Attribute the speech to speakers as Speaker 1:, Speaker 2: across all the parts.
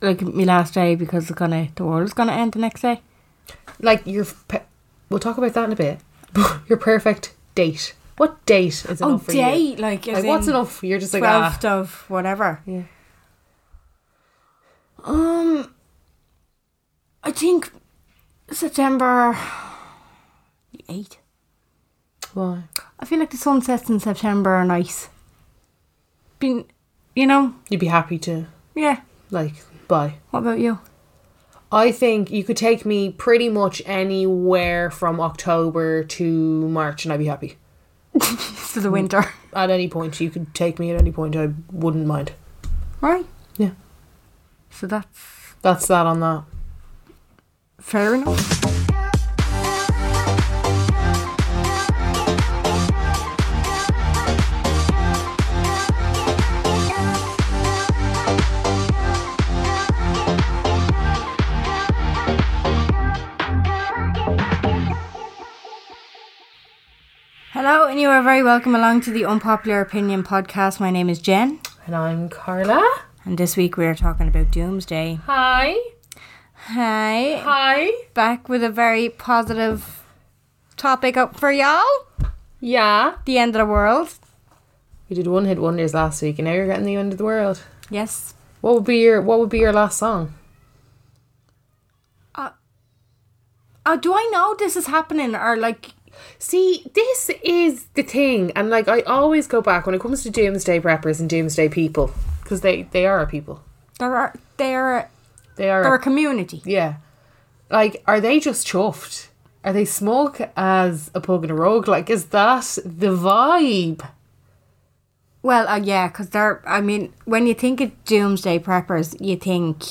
Speaker 1: like my last day because it's gonna the world's gonna end the next day?
Speaker 2: Like your, pe- we'll talk about that in a bit. But your perfect date. What date is enough
Speaker 1: oh,
Speaker 2: for
Speaker 1: day
Speaker 2: you?
Speaker 1: like,
Speaker 2: Like, what's enough? You're just like, ah.
Speaker 1: twelfth of whatever.
Speaker 2: Yeah.
Speaker 1: Um, I think September eight.
Speaker 2: Why?
Speaker 1: I feel like the sunsets in September are nice. Been, you know,
Speaker 2: You'd be happy to
Speaker 1: yeah.
Speaker 2: like buy.
Speaker 1: What about you?
Speaker 2: I think you could take me pretty much anywhere from October to March, and I'd be happy.
Speaker 1: To
Speaker 2: Mm.
Speaker 1: the winter,
Speaker 2: At any point, you could take me at any point. I wouldn't mind.
Speaker 1: right?
Speaker 2: Yeah,
Speaker 1: So that's
Speaker 2: that's that on that.
Speaker 1: fair enough. Hello, and you are very welcome along to the Unpopular Opinion podcast. My name is Jen,
Speaker 2: And I'm Carla.
Speaker 1: and this week we are talking about Doomsday.
Speaker 2: Hi.
Speaker 1: Hi.
Speaker 2: Hi.
Speaker 1: back with a very positive topic up for y'all.
Speaker 2: Yeah.
Speaker 1: The end of the world.
Speaker 2: You did one hit wonders last week, and now you're getting the end of the world.
Speaker 1: Yes.
Speaker 2: What would be your What would be your last song?
Speaker 1: Oh, Uh, do I know this is happening or like
Speaker 2: See, this is the thing, and like I always go back when it comes to doomsday preppers and doomsday people, because they they are a people.
Speaker 1: there are there
Speaker 2: They are. a
Speaker 1: there a community?
Speaker 2: Yeah. Like, are they just chuffed? Are they smug as a pug and a rogue? Like, is that the vibe?
Speaker 1: Well, uh, yeah, because they're. I mean, when you think of doomsday preppers, you think,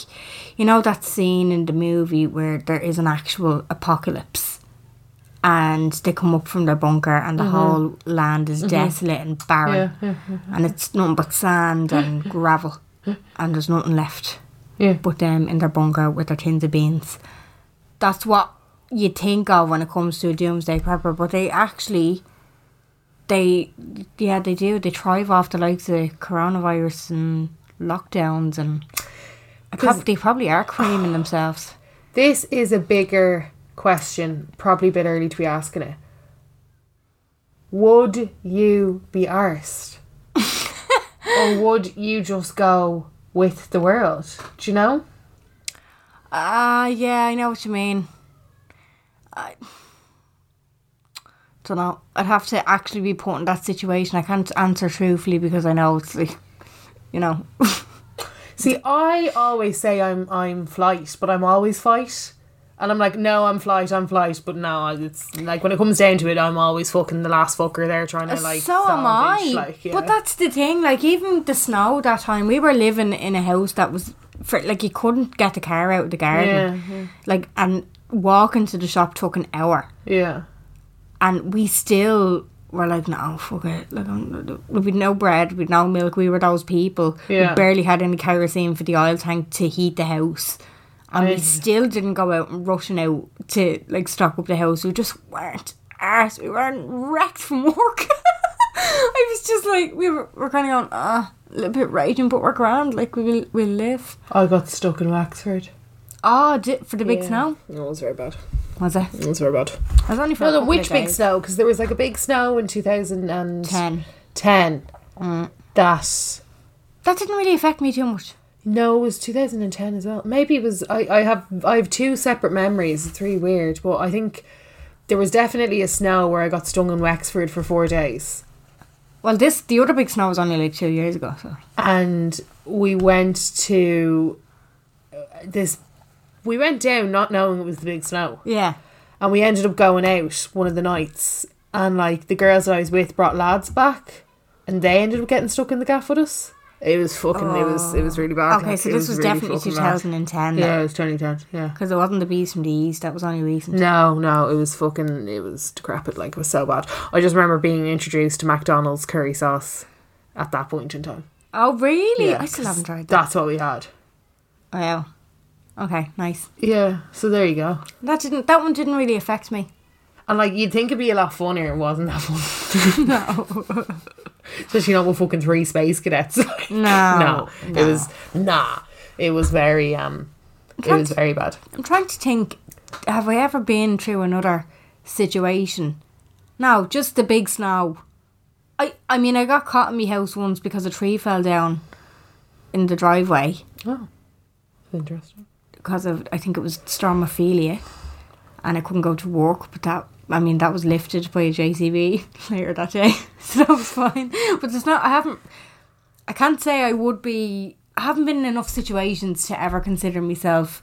Speaker 1: you know, that scene in the movie where there is an actual apocalypse, and they come up from their bunker, and the whole land is desolate and barren, and it's nothing but sand and gravel, and there's nothing left.
Speaker 2: Yeah.
Speaker 1: But them in their bunker with their tins of beans. That's what you think of when it comes to a doomsday prepper, but they actually they yeah they do they thrive off the likes of coronavirus and lockdowns and I prob- they probably are creaming themselves
Speaker 2: This is a bigger question, probably a bit early to be asking it. Would you be arsed? or would you just go with the world? Do you know?
Speaker 1: ah yeah i know what you mean i don't know i'd have to actually be put in that situation i can't answer truthfully because i know it's like you know
Speaker 2: See, I always say I'm I'm flight, but I'm always fight. And I'm like, no, I'm flight, I'm flight, but no, it's like when it comes down to it, I'm always fucking the last fucker there trying to like.
Speaker 1: Uh, so am
Speaker 2: salvage,
Speaker 1: I.
Speaker 2: Like, yeah.
Speaker 1: But that's the thing. Like even the snow that time, we were living in a house that was for like you couldn't get the car out of the garden. Like and walking to the shop took an hour,
Speaker 2: yeah,
Speaker 1: and we still were like, no, fuck it. Like I'm, we'd no bread, we'd no milk. We were those people.
Speaker 2: Yeah.
Speaker 1: We barely had any kerosene for the oil tank to heat the house. And we still didn't go out and rushing out to like stock up the house. We just weren't arse. We weren't wrecked from work. I was just like we were, we're kind of going ah a little bit raging, but we're grand. Like we will we will live.
Speaker 2: I got stuck in Wexford.
Speaker 1: Oh, di for the big snow
Speaker 2: It was very bad.
Speaker 1: was it?
Speaker 2: It was very bad.
Speaker 1: I was only for a
Speaker 2: No, no,
Speaker 1: couple of
Speaker 2: which big
Speaker 1: days.
Speaker 2: snow? Because there was like a big snow in 2010.
Speaker 1: ten.
Speaker 2: That.
Speaker 1: That didn't really affect me too much.
Speaker 2: No, it was 2010 as well. Maybe it was. I, I have I have two separate memories. It's really weird, but I think There was definitely a snow where I got stung in Wexford for four days.
Speaker 1: Well, this the other big snow was only like two years ago. So
Speaker 2: and we went to uh, this we went down not knowing it was the big snow
Speaker 1: yeah,
Speaker 2: and we ended up going out one of the nights and like the girls that i was with brought lads back and they ended up getting stuck in the gaff with us it was fucking it was it was really bad
Speaker 1: okay.
Speaker 2: like,
Speaker 1: So
Speaker 2: it
Speaker 1: this was,
Speaker 2: really
Speaker 1: definitely
Speaker 2: fucking bad.
Speaker 1: 2010.
Speaker 2: yeah it was 2010 yeah
Speaker 1: because it wasn't the bees from the east. That was only recent.
Speaker 2: no, no, it was fucking, it was decrepit, like, it was so bad. I just remember being introduced to McDonald's curry sauce at that point in time.
Speaker 1: Oh really?
Speaker 2: Yeah,
Speaker 1: I still
Speaker 2: 'cause
Speaker 1: haven't tried that.
Speaker 2: That's what we had.
Speaker 1: Oh yeah. Okay, nice.
Speaker 2: Yeah, so there you go.
Speaker 1: That didn't. That one didn't really affect me.
Speaker 2: And like you'd think it'd be a lot funnier, it wasn't that fun? no. Especially not with fucking three space cadets.
Speaker 1: No,
Speaker 2: no. It was nah. It was very um it was very bad.
Speaker 1: I'm trying to think. Have I ever been through another situation? No, just the big snow. I I mean, I got caught in my house once because a tree fell down in the driveway
Speaker 2: Oh. Interesting.
Speaker 1: because of I think it was storm Ophelia, and I couldn't go to work. But that I mean, that was lifted by a JCB later that day, so that was fine. But there's not. I haven't. I can't say I would be. I haven't been in enough situations to ever consider myself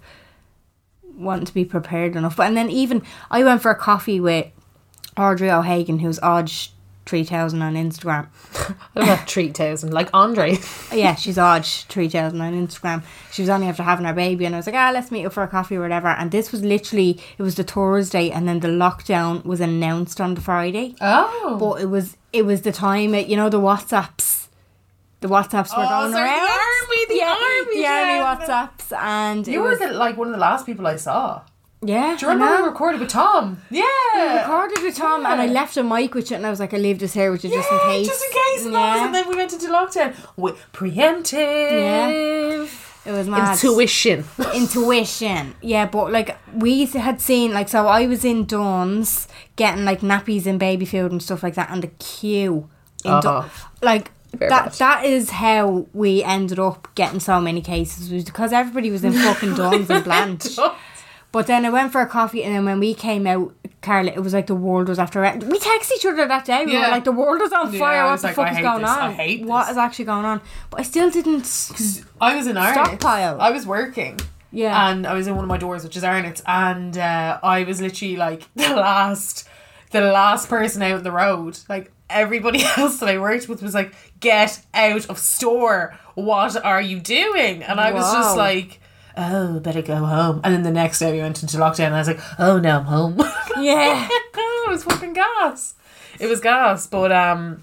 Speaker 1: wanting to be prepared enough. But and then even I went for a coffee with Audrey O'Hagan, who's Odge three thousand on Instagram.
Speaker 2: What about three thousand? Like Andre.
Speaker 1: Yeah, she's odd. Three thousand on Instagram. She was only after having her baby, and I was like, ah, let's meet up for a coffee or whatever. And this was literally it was the Thursday, and then the lockdown was announced on the Friday.
Speaker 2: Oh.
Speaker 1: But it was it was the time it, you know the WhatsApps, the WhatsApps were
Speaker 2: Oh,
Speaker 1: going
Speaker 2: sorry, the
Speaker 1: around.
Speaker 2: army, the army,
Speaker 1: the
Speaker 2: yeah.
Speaker 1: army WhatsApps, and it
Speaker 2: You were
Speaker 1: was,
Speaker 2: the, like one of the last people I saw.
Speaker 1: yeah.
Speaker 2: Do you remember
Speaker 1: I know.
Speaker 2: we recorded with Tom? Yeah.
Speaker 1: recorded with Tom and I left a mic with you and I was like, I leave this here with you just in
Speaker 2: Yeah,
Speaker 1: case.
Speaker 2: Just in case. And, that was, and then we went into lockdown. With preemptive.
Speaker 1: it was mad.
Speaker 2: Intuition.
Speaker 1: intuition. Yeah, but like we had seen, like so I was in Dawn's getting like nappies and baby food and stuff like that, and the queue in
Speaker 2: Uh-huh.
Speaker 1: Dawn, like
Speaker 2: Very
Speaker 1: that.
Speaker 2: bad.
Speaker 1: That is how we ended up getting so many cases was because everybody was in fucking Dawn's and Blanche. But then I went for a coffee, and then when we came out, Carla, it was like the world was after. We texted each other that day. We
Speaker 2: Yeah.
Speaker 1: were like, the world is on
Speaker 2: Yeah,
Speaker 1: fire.
Speaker 2: I
Speaker 1: what
Speaker 2: was
Speaker 1: the
Speaker 2: like,
Speaker 1: fuck
Speaker 2: I
Speaker 1: is
Speaker 2: hate
Speaker 1: going
Speaker 2: this,
Speaker 1: on?
Speaker 2: I hate
Speaker 1: What
Speaker 2: this.
Speaker 1: is actually going on? But I still didn't.
Speaker 2: I was in Ireland.
Speaker 1: Stockpile.
Speaker 2: I was working.
Speaker 1: Yeah.
Speaker 2: And I was in one of my doors, which is Arnott's, and uh, I was literally like the last, the last person out on the road. Like everybody else that I worked with was like, "Get out of store! What are you doing?" And I was just
Speaker 1: Wow.
Speaker 2: like, "Oh, better go home." And then the next day we went into lockdown, and I was like, "Oh, now I'm home."
Speaker 1: Yeah.
Speaker 2: it was fucking gas. It was gas, but um,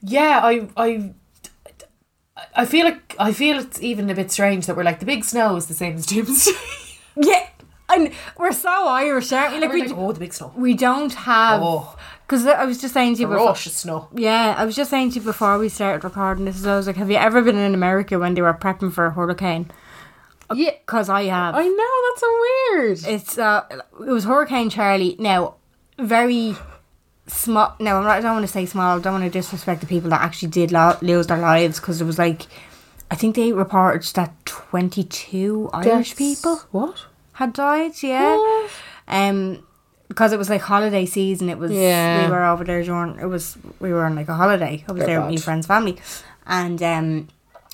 Speaker 2: yeah, I I I feel like I feel it's even a bit strange that we're like the big snow is the same as Doomsday.
Speaker 1: Yeah, and we're so Irish, aren't we? Like
Speaker 2: we're
Speaker 1: we,
Speaker 2: like, oh, the big snow.
Speaker 1: we don't have
Speaker 2: Oh.
Speaker 1: because I was just saying to you before.
Speaker 2: Rush of snow.
Speaker 1: Yeah, I was just saying to you before we started recording this. is I was like, have you ever been in America when they were prepping for a hurricane? Yeah, because I have.
Speaker 2: know that's so weird.
Speaker 1: it's uh, it was Hurricane Charlie. Now, very small. No, I'm not, I don't want to say small. I don't want to disrespect the people that actually did lo- lose their lives because it was like, I think they reported that 22 Irish people
Speaker 2: What?
Speaker 1: had died. Yeah. Um, because it was like holiday season. It was
Speaker 2: Yeah.
Speaker 1: we were over there during it was we were on like a holiday. I was there with my
Speaker 2: bad.
Speaker 1: friend's family, and um,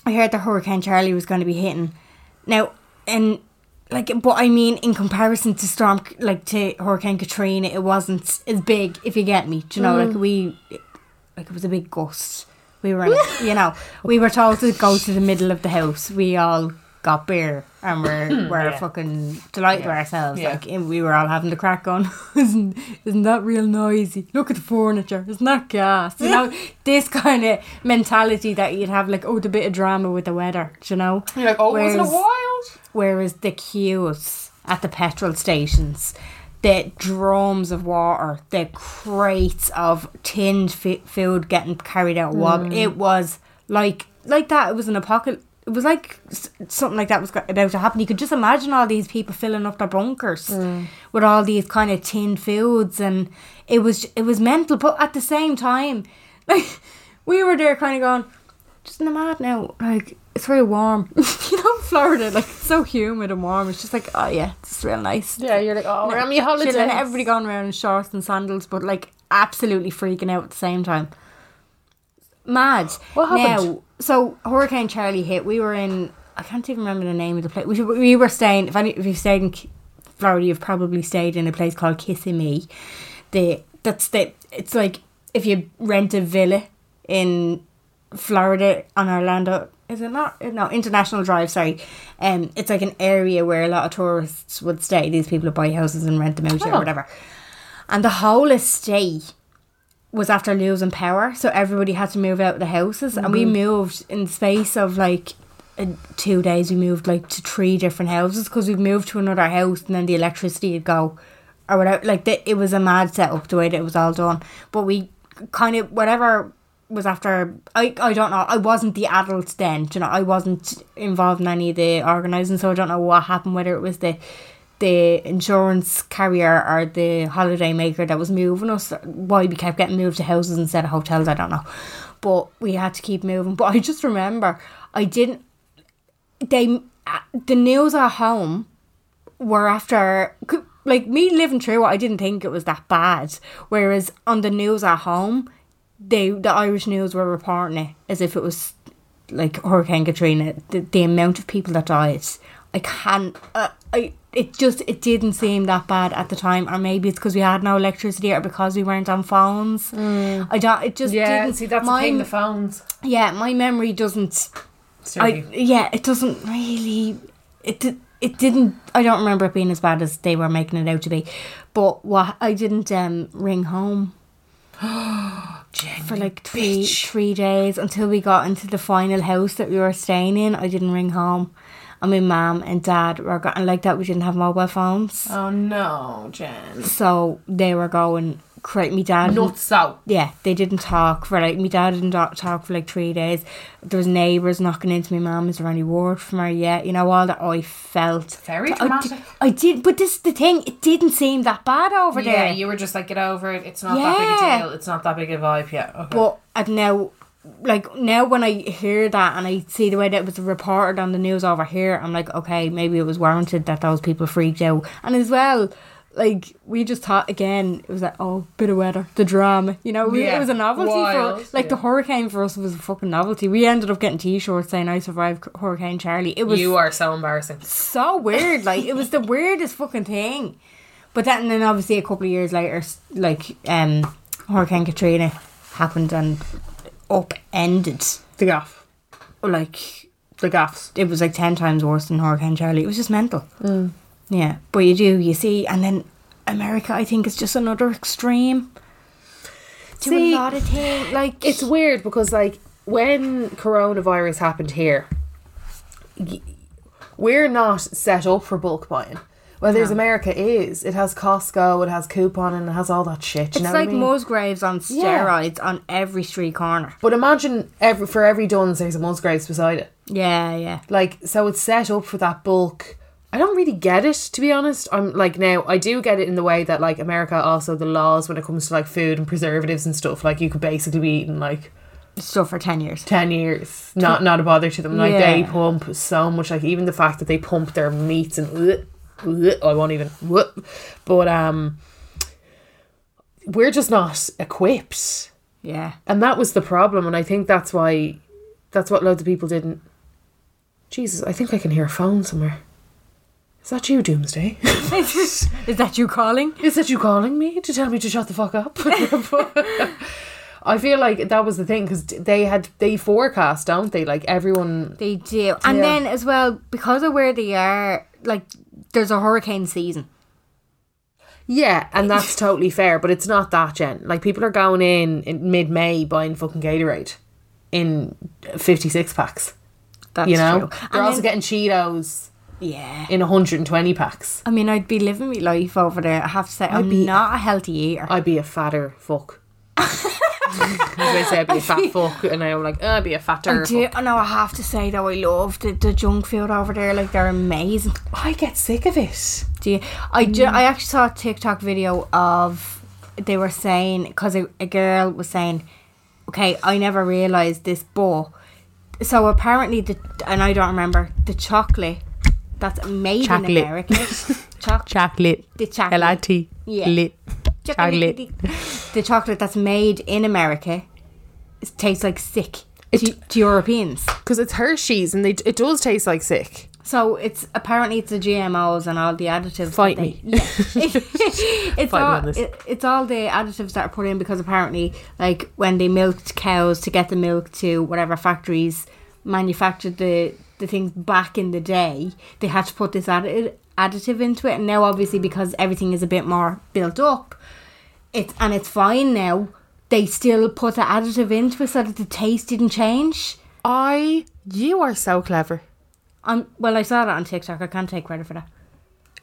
Speaker 1: I heard that Hurricane Charlie was going to be hitting. Now and like, but I mean, in comparison to storm like to Hurricane Katrina, it wasn't as big. If you get me, do you know, like we, like it was a big gust. We were, in a- you know, we were told to go to the middle of the house. We all got beer and we're we're fucking delighted with ourselves.
Speaker 2: Yeah.
Speaker 1: Like and we were all having the crack on. isn't isn't that real noisy? Look at the furniture. Isn't that gas? You know, this kind of mentality that you'd have, like, oh, the bit of drama with the weather. do You know,
Speaker 2: You're like, oh, wasn't it
Speaker 1: Whereas-
Speaker 2: wild?
Speaker 1: Whereas the queues at the petrol stations, the drums of water, the crates of tinned fi- food getting carried out, wob
Speaker 2: Mm.
Speaker 1: it was like like that. It was an apocalypse. It was like s- something like that was go- about to happen. You could just imagine all these people filling up their bunkers
Speaker 2: Mm.
Speaker 1: with all these kind of tinned foods, and it was it was mental. But at the same time, like we were there, kind of going, just in the mad now, like it's very warm. you know, Florida, like it's so humid and warm. It's just like, oh yeah, it's real nice.
Speaker 2: Yeah, you're like, oh, we're on my holidays.
Speaker 1: Chilling, everybody going around in shorts and sandals, but like absolutely freaking out at the same time. Mad.
Speaker 2: What happened?
Speaker 1: Now, so Hurricane Charlie hit. We were in. I can't even remember the name of the place. We, we were staying. If any, if you stayed in K- Florida, you've probably stayed in a place called Kissimmee. The that's the. It's like if you rent a villa in Florida on Orlando. Is it not? No, International Drive. Sorry, um, it's like an area where a lot of tourists would stay. These people would buy houses and rent them out or
Speaker 2: Oh.
Speaker 1: whatever. And the whole estate was after losing power, so everybody had to move out of the houses. And we moved in the space of like uh, two days. We moved like to three different houses because we moved to another house, and then the electricity would go or whatever. Like the, it was a mad setup the way that it was all done. But we kind of whatever was after I I don't know. I wasn't the adult then. do You know, I wasn't involved in any of the organising, so I don't know what happened. Whether it was the the insurance carrier or the holiday maker that was moving us, why we kept getting moved to houses instead of hotels, I don't know. But we had to keep moving. But I just remember I didn't. They uh, the news at home were after could- like me living through it, I didn't think it was that bad. Whereas on the news at home, they the Irish news were reporting it as if it was like Hurricane Katrina. The, the amount of people that died, I can't. Uh, I it just it didn't seem that bad at the time, or maybe it's because we had no electricity, or because we weren't on phones. I don't. It just
Speaker 2: Mm. Yeah,
Speaker 1: didn't
Speaker 2: see, that's the
Speaker 1: my-
Speaker 2: thing, the phones.
Speaker 1: yeah, my memory doesn't. I, yeah, it doesn't really. It di- it didn't. I don't remember it being as bad as they were making it out to be. But what I didn't um, ring home for like three three days until we got into the final house that we were staying in. I didn't ring home. And my mum and dad were go- and like that. We didn't have mobile phones,
Speaker 2: Oh no, Jen.
Speaker 1: so they were going. Create me dad
Speaker 2: Nuts out.
Speaker 1: yeah, they didn't talk for like my dad didn't ta- talk for like three days. There was neighbours knocking into my mum. Is there any word from her yet? You know all that I felt.
Speaker 2: Very
Speaker 1: I di-
Speaker 2: dramatic.
Speaker 1: I did, but this is the thing. It didn't seem that bad over
Speaker 2: Yeah,
Speaker 1: there.
Speaker 2: you were just like, get over it. It's not
Speaker 1: Yeah.
Speaker 2: that big a deal. It's not that big a vibe. Yeah. Okay.
Speaker 1: But I've now, like now, when I hear that and I see the way that it was reported on the news over here, I'm like, okay, maybe it was warranted that those people freaked out. And as well, like we just thought again, it was like, oh, bit of weather, the drama. You know, we, it
Speaker 2: Yeah,
Speaker 1: was a novelty
Speaker 2: wild,
Speaker 1: for like the
Speaker 2: yeah.
Speaker 1: hurricane for us was a fucking novelty. We ended up getting T-shirts saying I survived Hurricane Charlie. It was
Speaker 2: you are so embarrassing.
Speaker 1: so weird. Like it was the weirdest fucking thing. But then, then obviously a couple of years later, s- like um, Hurricane Katrina happened and upended.
Speaker 2: The gaff.
Speaker 1: Like
Speaker 2: The gaffs.
Speaker 1: it was like ten times worse than Hurricane Charlie. It was just mental. Yeah, but you do you see, and then America, I think, is just another extreme. To
Speaker 2: See,
Speaker 1: a lot of things, like
Speaker 2: It's weird because like when coronavirus happened here, y- we're not set up for bulk buying. Whereas America is, it has Costco, it has coupon, and it has all that shit. You know
Speaker 1: it's
Speaker 2: what I
Speaker 1: like
Speaker 2: mean?
Speaker 1: Musgraves on
Speaker 2: Yeah.
Speaker 1: steroids on every street corner.
Speaker 2: But imagine every for every Duns, there's a Musgraves beside it.
Speaker 1: Yeah, yeah.
Speaker 2: Like, so it's set up for that bulk. I don't really get it, to be honest. I'm like, now, I do get it in the way that, like, America also, the laws when it comes to, like, food and preservatives and stuff, like, you could basically be eating, like,
Speaker 1: Still for ten years.
Speaker 2: 10 years, not not a bother to them. Like, they
Speaker 1: Yeah.
Speaker 2: pump so much, like, even the fact that they pump their meats and, ugh, ugh, I won't even, ugh. but, um, we're just not equipped.
Speaker 1: Yeah.
Speaker 2: And that was the problem, and I think that's why that's what loads of people didn't. Jesus, I think I can hear a phone somewhere. Is that you, Doomsday?
Speaker 1: Is that you calling?
Speaker 2: Is that you calling me to tell me to shut the fuck up? I feel like that was the thing because they had they forecast, don't they? Like everyone,
Speaker 1: They do. And
Speaker 2: Yeah.
Speaker 1: then as well, because of where they are, like there's a hurricane season.
Speaker 2: yeah, and that's totally fair. But it's not that, Jen. Like people are going in in mid May buying fucking Gatorade in fifty six packs.
Speaker 1: That's
Speaker 2: You know,
Speaker 1: true.
Speaker 2: they're
Speaker 1: And
Speaker 2: also
Speaker 1: then-
Speaker 2: getting Cheetos
Speaker 1: yeah.
Speaker 2: in one hundred and twenty packs.
Speaker 1: I mean, I'd be living my life over there. I have to say, I'm
Speaker 2: be-
Speaker 1: not a healthy eater.
Speaker 2: I'd be a fatter fuck. 'Cause they say I'd be a fat fuck, and I'm like, "Oh, I'd be a fatter.
Speaker 1: I do.
Speaker 2: fuck."
Speaker 1: I know. I have to say though, I love the, the junk food over there. Like they're amazing.
Speaker 2: I get sick of it. Mm.
Speaker 1: Do you? I ju- I actually saw a TikTok video of they were saying because a, a girl was saying, okay, I never realized this, but So apparently, the and I don't remember the chocolate that's made in
Speaker 3: Chocolate.
Speaker 1: America. Choc-
Speaker 3: Chocolate.
Speaker 1: the chocolate.
Speaker 3: L-I-T.
Speaker 1: Yeah.
Speaker 3: Lit.
Speaker 1: Chocolate.
Speaker 3: Chocolate.
Speaker 1: The chocolate that's made in America it tastes like sick to, to Europeans.
Speaker 2: because it's Hershey's and they, it does taste like sick.
Speaker 1: So it's apparently it's the GMOs and all the additives. that
Speaker 3: Fight
Speaker 1: they-
Speaker 3: me.
Speaker 1: Yeah. it's
Speaker 3: Fight me on
Speaker 1: all
Speaker 3: this.
Speaker 1: it, it's all the additives that are put in because apparently, like when they milked cows to get the milk to whatever factories manufactured the the things back in the day, they had to put this addi- additive into it. And now, obviously, because everything is a bit more built up, it's and it's fine now. They still put the additive into it so that the taste didn't change.
Speaker 2: I, you are so clever.
Speaker 1: Um, well, I saw that on TikTok. I can't take credit for that.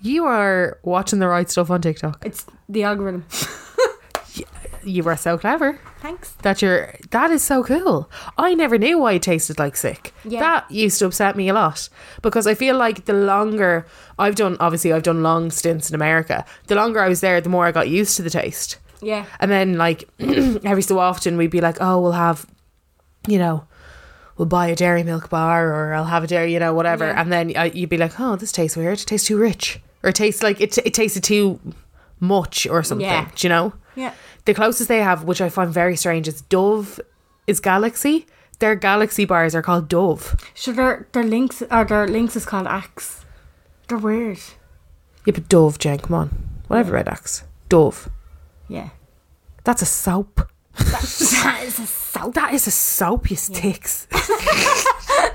Speaker 2: You are watching the right stuff on TikTok.
Speaker 1: It's the algorithm.
Speaker 2: You are so clever.
Speaker 1: Thanks.
Speaker 2: That you're that is so cool. I never knew why it tasted like sick.
Speaker 1: Yeah.
Speaker 2: That used to upset me a lot because I feel like the longer I've done, obviously I've done long stints in America. The longer I was there, the more I got used to the taste.
Speaker 1: Yeah.
Speaker 2: And then like every so often we'd be like, oh, we'll have, you know, we'll buy a dairy milk bar or I'll have a dairy, you know, whatever. And then uh, you'd be like, oh, this tastes weird. It tastes too rich or it tastes like it, it tasted too much or something.
Speaker 1: Yeah.
Speaker 2: Do you know?
Speaker 1: Yeah.
Speaker 2: The closest they have, which I find very strange, is Dove is Galaxy. Their Galaxy bars are called Dove.
Speaker 1: So their their links or their links is called axe. They're weird.
Speaker 2: Yeah, but Dove, Jen, come on. Whatever Red Axe. Dove.
Speaker 1: Yeah.
Speaker 2: That's a soap.
Speaker 1: that is a soap.
Speaker 2: That is a soap, you sticks. that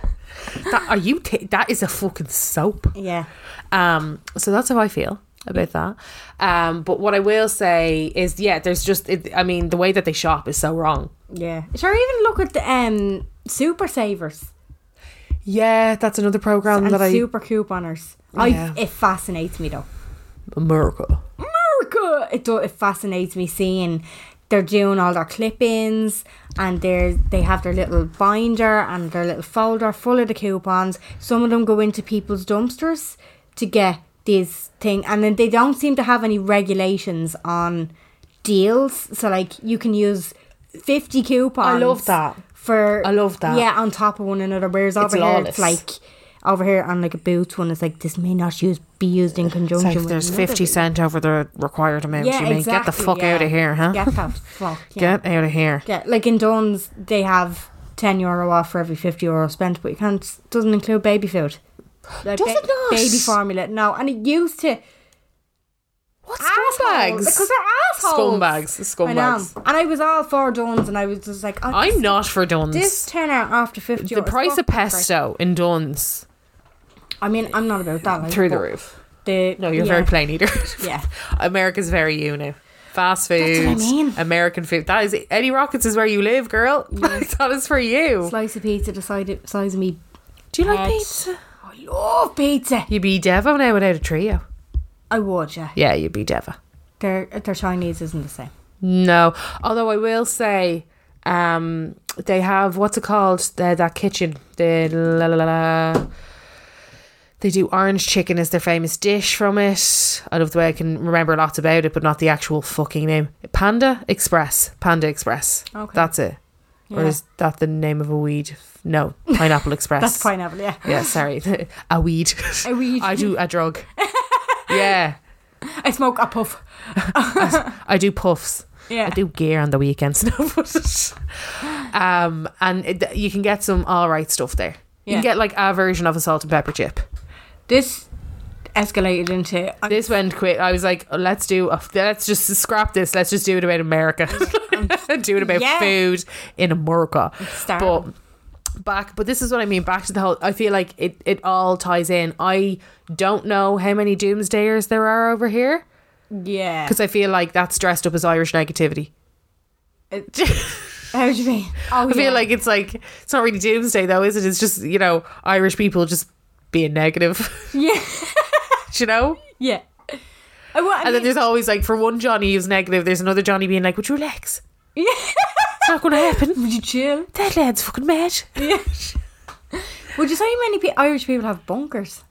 Speaker 2: are you? T- that is a fucking soap.
Speaker 1: Yeah.
Speaker 2: Um, so that's how I feel about that. Um, but what I will say is, yeah, there's just, it, I mean, the way that they shop is so wrong.
Speaker 1: Yeah. Sure. Even look at the um super savers
Speaker 2: Yeah, that's another program
Speaker 1: and
Speaker 2: that I
Speaker 1: super couponers.
Speaker 2: Yeah.
Speaker 1: I it fascinates me though.
Speaker 2: America.
Speaker 1: America. It do, it fascinates me seeing they're doing all their clip-ins and they they have their little binder and their little folder full of the coupons. Some of them go into people's dumpsters to get these thing, and then they don't seem to have any regulations on deals. So like you can use fifty coupons.
Speaker 2: that.
Speaker 1: For
Speaker 2: I love that.
Speaker 1: Yeah, on top of one another. Whereas over here,
Speaker 2: lawless.
Speaker 1: it's like over here on like a boots one, it's like this may not use be used in
Speaker 2: It's
Speaker 1: conjunction.
Speaker 2: like
Speaker 1: with
Speaker 2: there's
Speaker 1: another
Speaker 2: 50 cent over the required amount you make. Get the fuck
Speaker 1: yeah.
Speaker 2: out of here, huh?
Speaker 1: Get the fuck. Yeah.
Speaker 2: Get out of here.
Speaker 1: Get- like in Dunn's, they have ten euro off for every fifty euro spent, but you can't doesn't include baby food. Like
Speaker 2: Does it not?
Speaker 1: Baby formula, no, and it used to
Speaker 2: What
Speaker 1: assholes,
Speaker 2: scumbags?
Speaker 1: because they're assholes.
Speaker 2: Scumbags.
Speaker 1: I know,
Speaker 2: Scumbags.
Speaker 1: and I was all for Dunn's, and I was just like, oh,
Speaker 2: I'm
Speaker 1: this-
Speaker 2: not for Duns.
Speaker 1: This ten out after fifty.
Speaker 2: the
Speaker 1: euro is
Speaker 2: price of
Speaker 1: fucking great.
Speaker 2: pesto in Duns
Speaker 1: I mean, I'm not about that. Like,
Speaker 2: through the
Speaker 1: but
Speaker 2: roof.
Speaker 1: The,
Speaker 2: No, you're
Speaker 1: yeah.
Speaker 2: very plain eater.
Speaker 1: Yeah.
Speaker 2: America's very you now. Fast food,
Speaker 1: what I mean.
Speaker 2: American food. That is Eddie Rockets is where you live, girl. that is for you.
Speaker 1: Slice of pizza, the size of, size of me.
Speaker 2: Do you like
Speaker 1: Head.
Speaker 2: pizza?
Speaker 1: I love pizza.
Speaker 2: You'd be Devo now without a trio.
Speaker 1: I would, yeah.
Speaker 2: Yeah, you'd be Devo.
Speaker 1: Their their Chinese isn't the same.
Speaker 2: No, although I will say, um, they have what's it called? The, that kitchen. The la la la. la. They do orange chicken as their famous dish from it. I love the way I can remember lots about it, but not the actual fucking name. Panda Express. Panda Express.
Speaker 1: Okay.
Speaker 2: That's it. Or
Speaker 1: Yeah.
Speaker 2: is that the name of a weed? No, Pineapple Express.
Speaker 1: That's pineapple, yeah.
Speaker 2: Yeah, sorry, a weed.
Speaker 1: A weed.
Speaker 2: I do a drug. yeah,
Speaker 1: I smoke a puff.
Speaker 2: I do puffs.
Speaker 1: Yeah.
Speaker 2: I do gear on the weekends now. but- um, and it, you can get some all right stuff there. You
Speaker 1: Yeah.
Speaker 2: can get like a version of a salt and pepper chip.
Speaker 1: This escalated into uh, I'm,
Speaker 2: This went quick. I was like, let's do, a, let's just scrap this. Let's just do it about America. do it about
Speaker 1: Yeah.
Speaker 2: food in America. But
Speaker 1: starving.
Speaker 2: back, but this is what I mean. Back to the whole. I feel like it. It all ties in. I don't know how many doomsdayers there are over here
Speaker 1: yeah.
Speaker 2: because I feel like that's dressed up as Irish negativity.
Speaker 1: How do you mean? Oh,
Speaker 2: I feel like it's like it's not really doomsday though, is it? It's just you know Irish people just being negative,
Speaker 1: yeah,
Speaker 2: do you know.
Speaker 1: yeah. I, well, I
Speaker 2: And then
Speaker 1: mean,
Speaker 2: there's always like for one Johnny who's negative, there's another Johnny being like, "Would you relax? It's not going to happen.
Speaker 1: would you chill?
Speaker 2: That lad's fucking mad."
Speaker 1: Would you say many pe- Irish people have bunkers?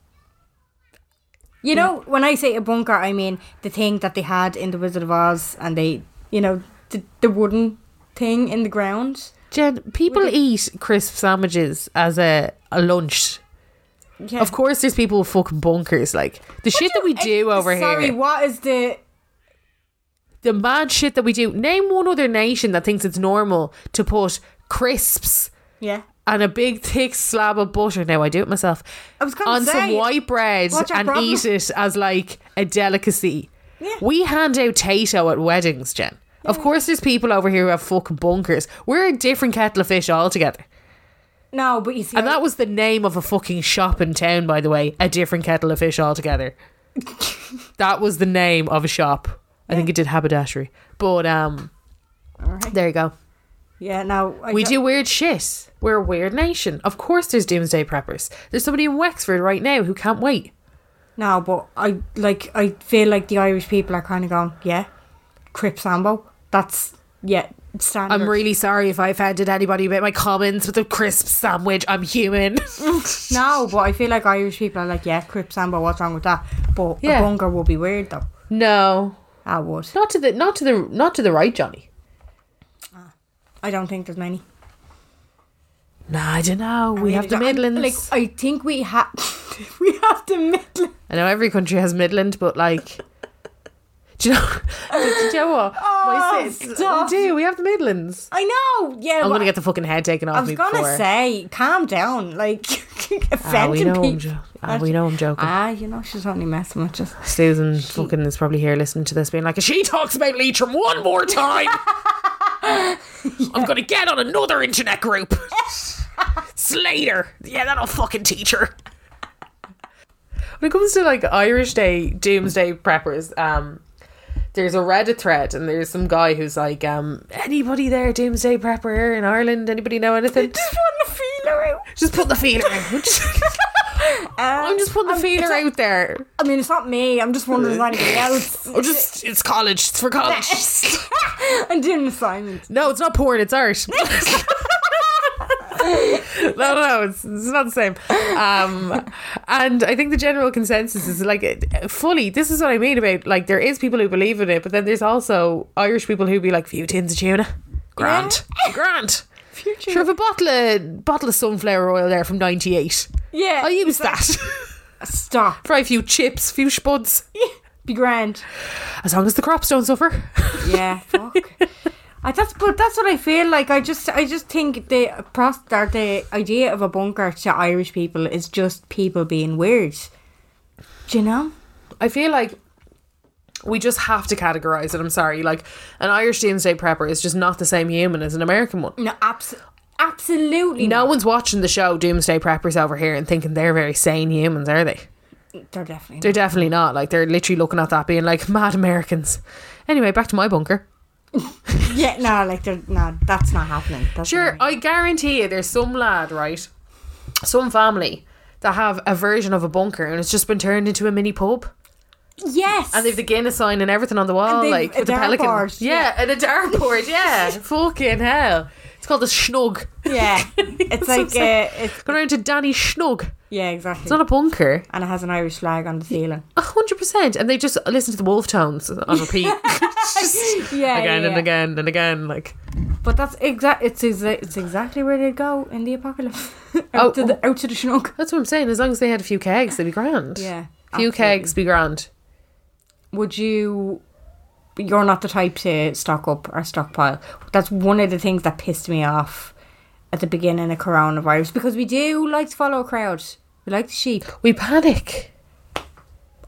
Speaker 1: You
Speaker 2: Mm.
Speaker 1: know, when I say a bunker, I mean the thing that they had in the Wizard of Oz, and they, you know, the, the wooden thing in the ground.
Speaker 2: Jen, people eat crisp sandwiches as a, a lunch.
Speaker 1: Yeah.
Speaker 2: Of course, there's people with fucking bunkers. Like the shit that we do over
Speaker 1: Sorry,
Speaker 2: here,
Speaker 1: what is the
Speaker 2: the mad shit that we do. Name one other nation that thinks it's normal to put crisps
Speaker 1: yeah?
Speaker 2: and a big thick slab of butter. Now I do it myself.
Speaker 1: I was gonna
Speaker 2: on some
Speaker 1: say,
Speaker 2: white bread
Speaker 1: what's your
Speaker 2: and
Speaker 1: problem?
Speaker 2: eat it as like a delicacy.
Speaker 1: Yeah.
Speaker 2: We hand out tato at weddings, Jen. Of course, there's people over here who have fucking bunkers. We're a different kettle of fish altogether.
Speaker 1: No, but you see,
Speaker 2: And that was the name of a fucking shop in town, by the way. A different kettle of fish altogether. that was the name of a shop. I think it did haberdashery. But um
Speaker 1: Alright.
Speaker 2: there you go.
Speaker 1: yeah, no, I
Speaker 2: We
Speaker 1: don't-
Speaker 2: do weird shit. We're a weird nation. Of course there's doomsday preppers. There's somebody in Wexford right now who can't wait.
Speaker 1: No, but I like I feel like the Irish people are kind of going, yeah, Crip Sambo. That's yeah, standard.
Speaker 2: I'm really sorry if I offended anybody about my comments with a crisp sandwich. I'm human.
Speaker 1: no, but I feel like Irish people are like, yeah, Crip Sambo. What's wrong with that? But
Speaker 2: Yeah.
Speaker 1: a bunker would be weird though.
Speaker 2: no.
Speaker 1: I would.
Speaker 2: Not to the not to the not to the right, Johnny.
Speaker 1: I don't think there's many.
Speaker 2: Nah, I don't know. We have the Midlands.
Speaker 1: Like I think we have, we have the Midlands.
Speaker 2: I know every country has Midland, but like, do you know? do you know what? My sis-
Speaker 1: Oh, stop.
Speaker 2: we do. We have the Midlands.
Speaker 1: I know. Yeah,
Speaker 2: I'm
Speaker 1: well,
Speaker 2: gonna get the fucking head taken off
Speaker 1: I was
Speaker 2: me.
Speaker 1: gonna
Speaker 2: before.
Speaker 1: say, calm down. Like
Speaker 2: Ah, we
Speaker 1: offending
Speaker 2: know I'm
Speaker 1: people.
Speaker 2: jo- ah, we know I'm joking.
Speaker 1: Ah, you know she's only messing with us.
Speaker 2: Susan fucking is probably here listening to this, being like, "If she talks about Leitrim one more time, I'm gonna get on another internet group." Slater, yeah, that'll fucking teach her. When it comes to like Irish Day Doomsday preppers, um, there's a Reddit thread and there's some guy who's like, um, anybody there Doomsday prepper in Ireland? Anybody know anything?
Speaker 1: Just want to feel her out.
Speaker 2: just put the feeler. out. I'm just putting the feeler out there.
Speaker 1: I mean, it's not me. I'm just wondering if anybody else.
Speaker 2: Or just it's college. It's for college.
Speaker 1: I'm doing assignments.
Speaker 2: no, it's not porn. It's art. no, no, no, it's, it's not the same. Um, and I think the general consensus is like it- fully. This is what I mean about like there is people who believe in it, but then there's also Irish people who be like few tins of tuna, grand, grand. Sure, have a bottle of bottle of sunflower oil there from '98.
Speaker 1: Yeah.
Speaker 2: I use that.
Speaker 1: Stop.
Speaker 2: Fry a few chips, few spuds.
Speaker 1: Be grand.
Speaker 2: As long as the crops don't suffer.
Speaker 1: Yeah. Fuck. I, that's but that's what I feel like. I just I just think the prost or the idea of a bunker to Irish people is just people being weird. Do you know?
Speaker 2: I feel like we just have to categorize it. I'm sorry. Like an Irish doomsday prepper is just not the same human as an American one.
Speaker 1: No, abs- absolutely.
Speaker 2: No
Speaker 1: not.
Speaker 2: one's watching the show Doomsday Preppers over here and thinking they're very sane humans, are they?
Speaker 1: they're definitely.
Speaker 2: They're definitely not. Like they're literally looking at that being like mad Americans. Anyway, back to my bunker.
Speaker 1: Not. Yeah, no, like they're no. That's not happening. That's
Speaker 2: Sure, I guarantee you there's some lad, right? Some family that have a version of a bunker and it's just been turned into a mini pub.
Speaker 1: Yes.
Speaker 2: And they've the Guinness sign and everything on the wall,
Speaker 1: they've
Speaker 2: like
Speaker 1: a
Speaker 2: with the pelican.
Speaker 1: dartboard,
Speaker 2: yeah, and a dartboard. Yeah, fucking hell! It's called the Schnug.
Speaker 1: yeah. It's like uh, it's
Speaker 2: Go around to Danny Schnug.
Speaker 1: yeah exactly.
Speaker 2: It's not a bunker,
Speaker 1: and it has an Irish flag on the ceiling.
Speaker 2: a hundred percent. And they just listen to the wolf tones on repeat,
Speaker 1: yeah,
Speaker 2: again
Speaker 1: yeah,
Speaker 2: and
Speaker 1: yeah.
Speaker 2: again and again. Like,
Speaker 1: But that's exact. It's exa- it's exactly where they'd go in the apocalypse. out
Speaker 2: Oh,
Speaker 1: to the out to the schnook.
Speaker 2: that's what I'm saying. As long as they had a few kegs, they'd be grand.
Speaker 1: Yeah,
Speaker 2: few
Speaker 1: absolutely.
Speaker 2: kegs be grand.
Speaker 1: Would you? You're not the type to stock up or stockpile. That's one of the things that pissed me off at the beginning of coronavirus because we do like to follow a crowd. We like the sheep.
Speaker 2: We panic.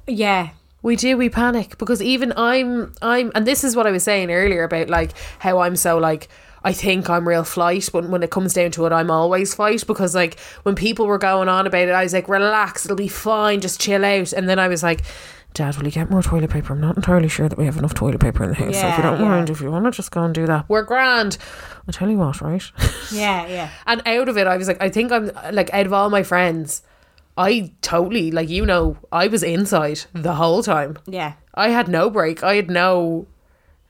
Speaker 1: Yeah.
Speaker 2: We do, we panic because even I'm I'm and this is what I was saying earlier about like how I'm so like I think I'm real flight, but when it comes down to it, I'm always flight because like when people were going on about it, I was like, relax, it'll be fine, just chill out. And then I was like, Dad, will you get more toilet paper? I'm not entirely sure that we have enough toilet paper in the house. so if you
Speaker 1: Yeah,
Speaker 2: don't
Speaker 1: yeah.
Speaker 2: mind, if you want to just go and do that, we're grand. I tell you what, right?
Speaker 1: Yeah. Yeah.
Speaker 2: And out of it, I was like, I think I'm like out of all my friends, I totally like you know I was inside the whole time.
Speaker 1: Yeah.
Speaker 2: I had no break. I had no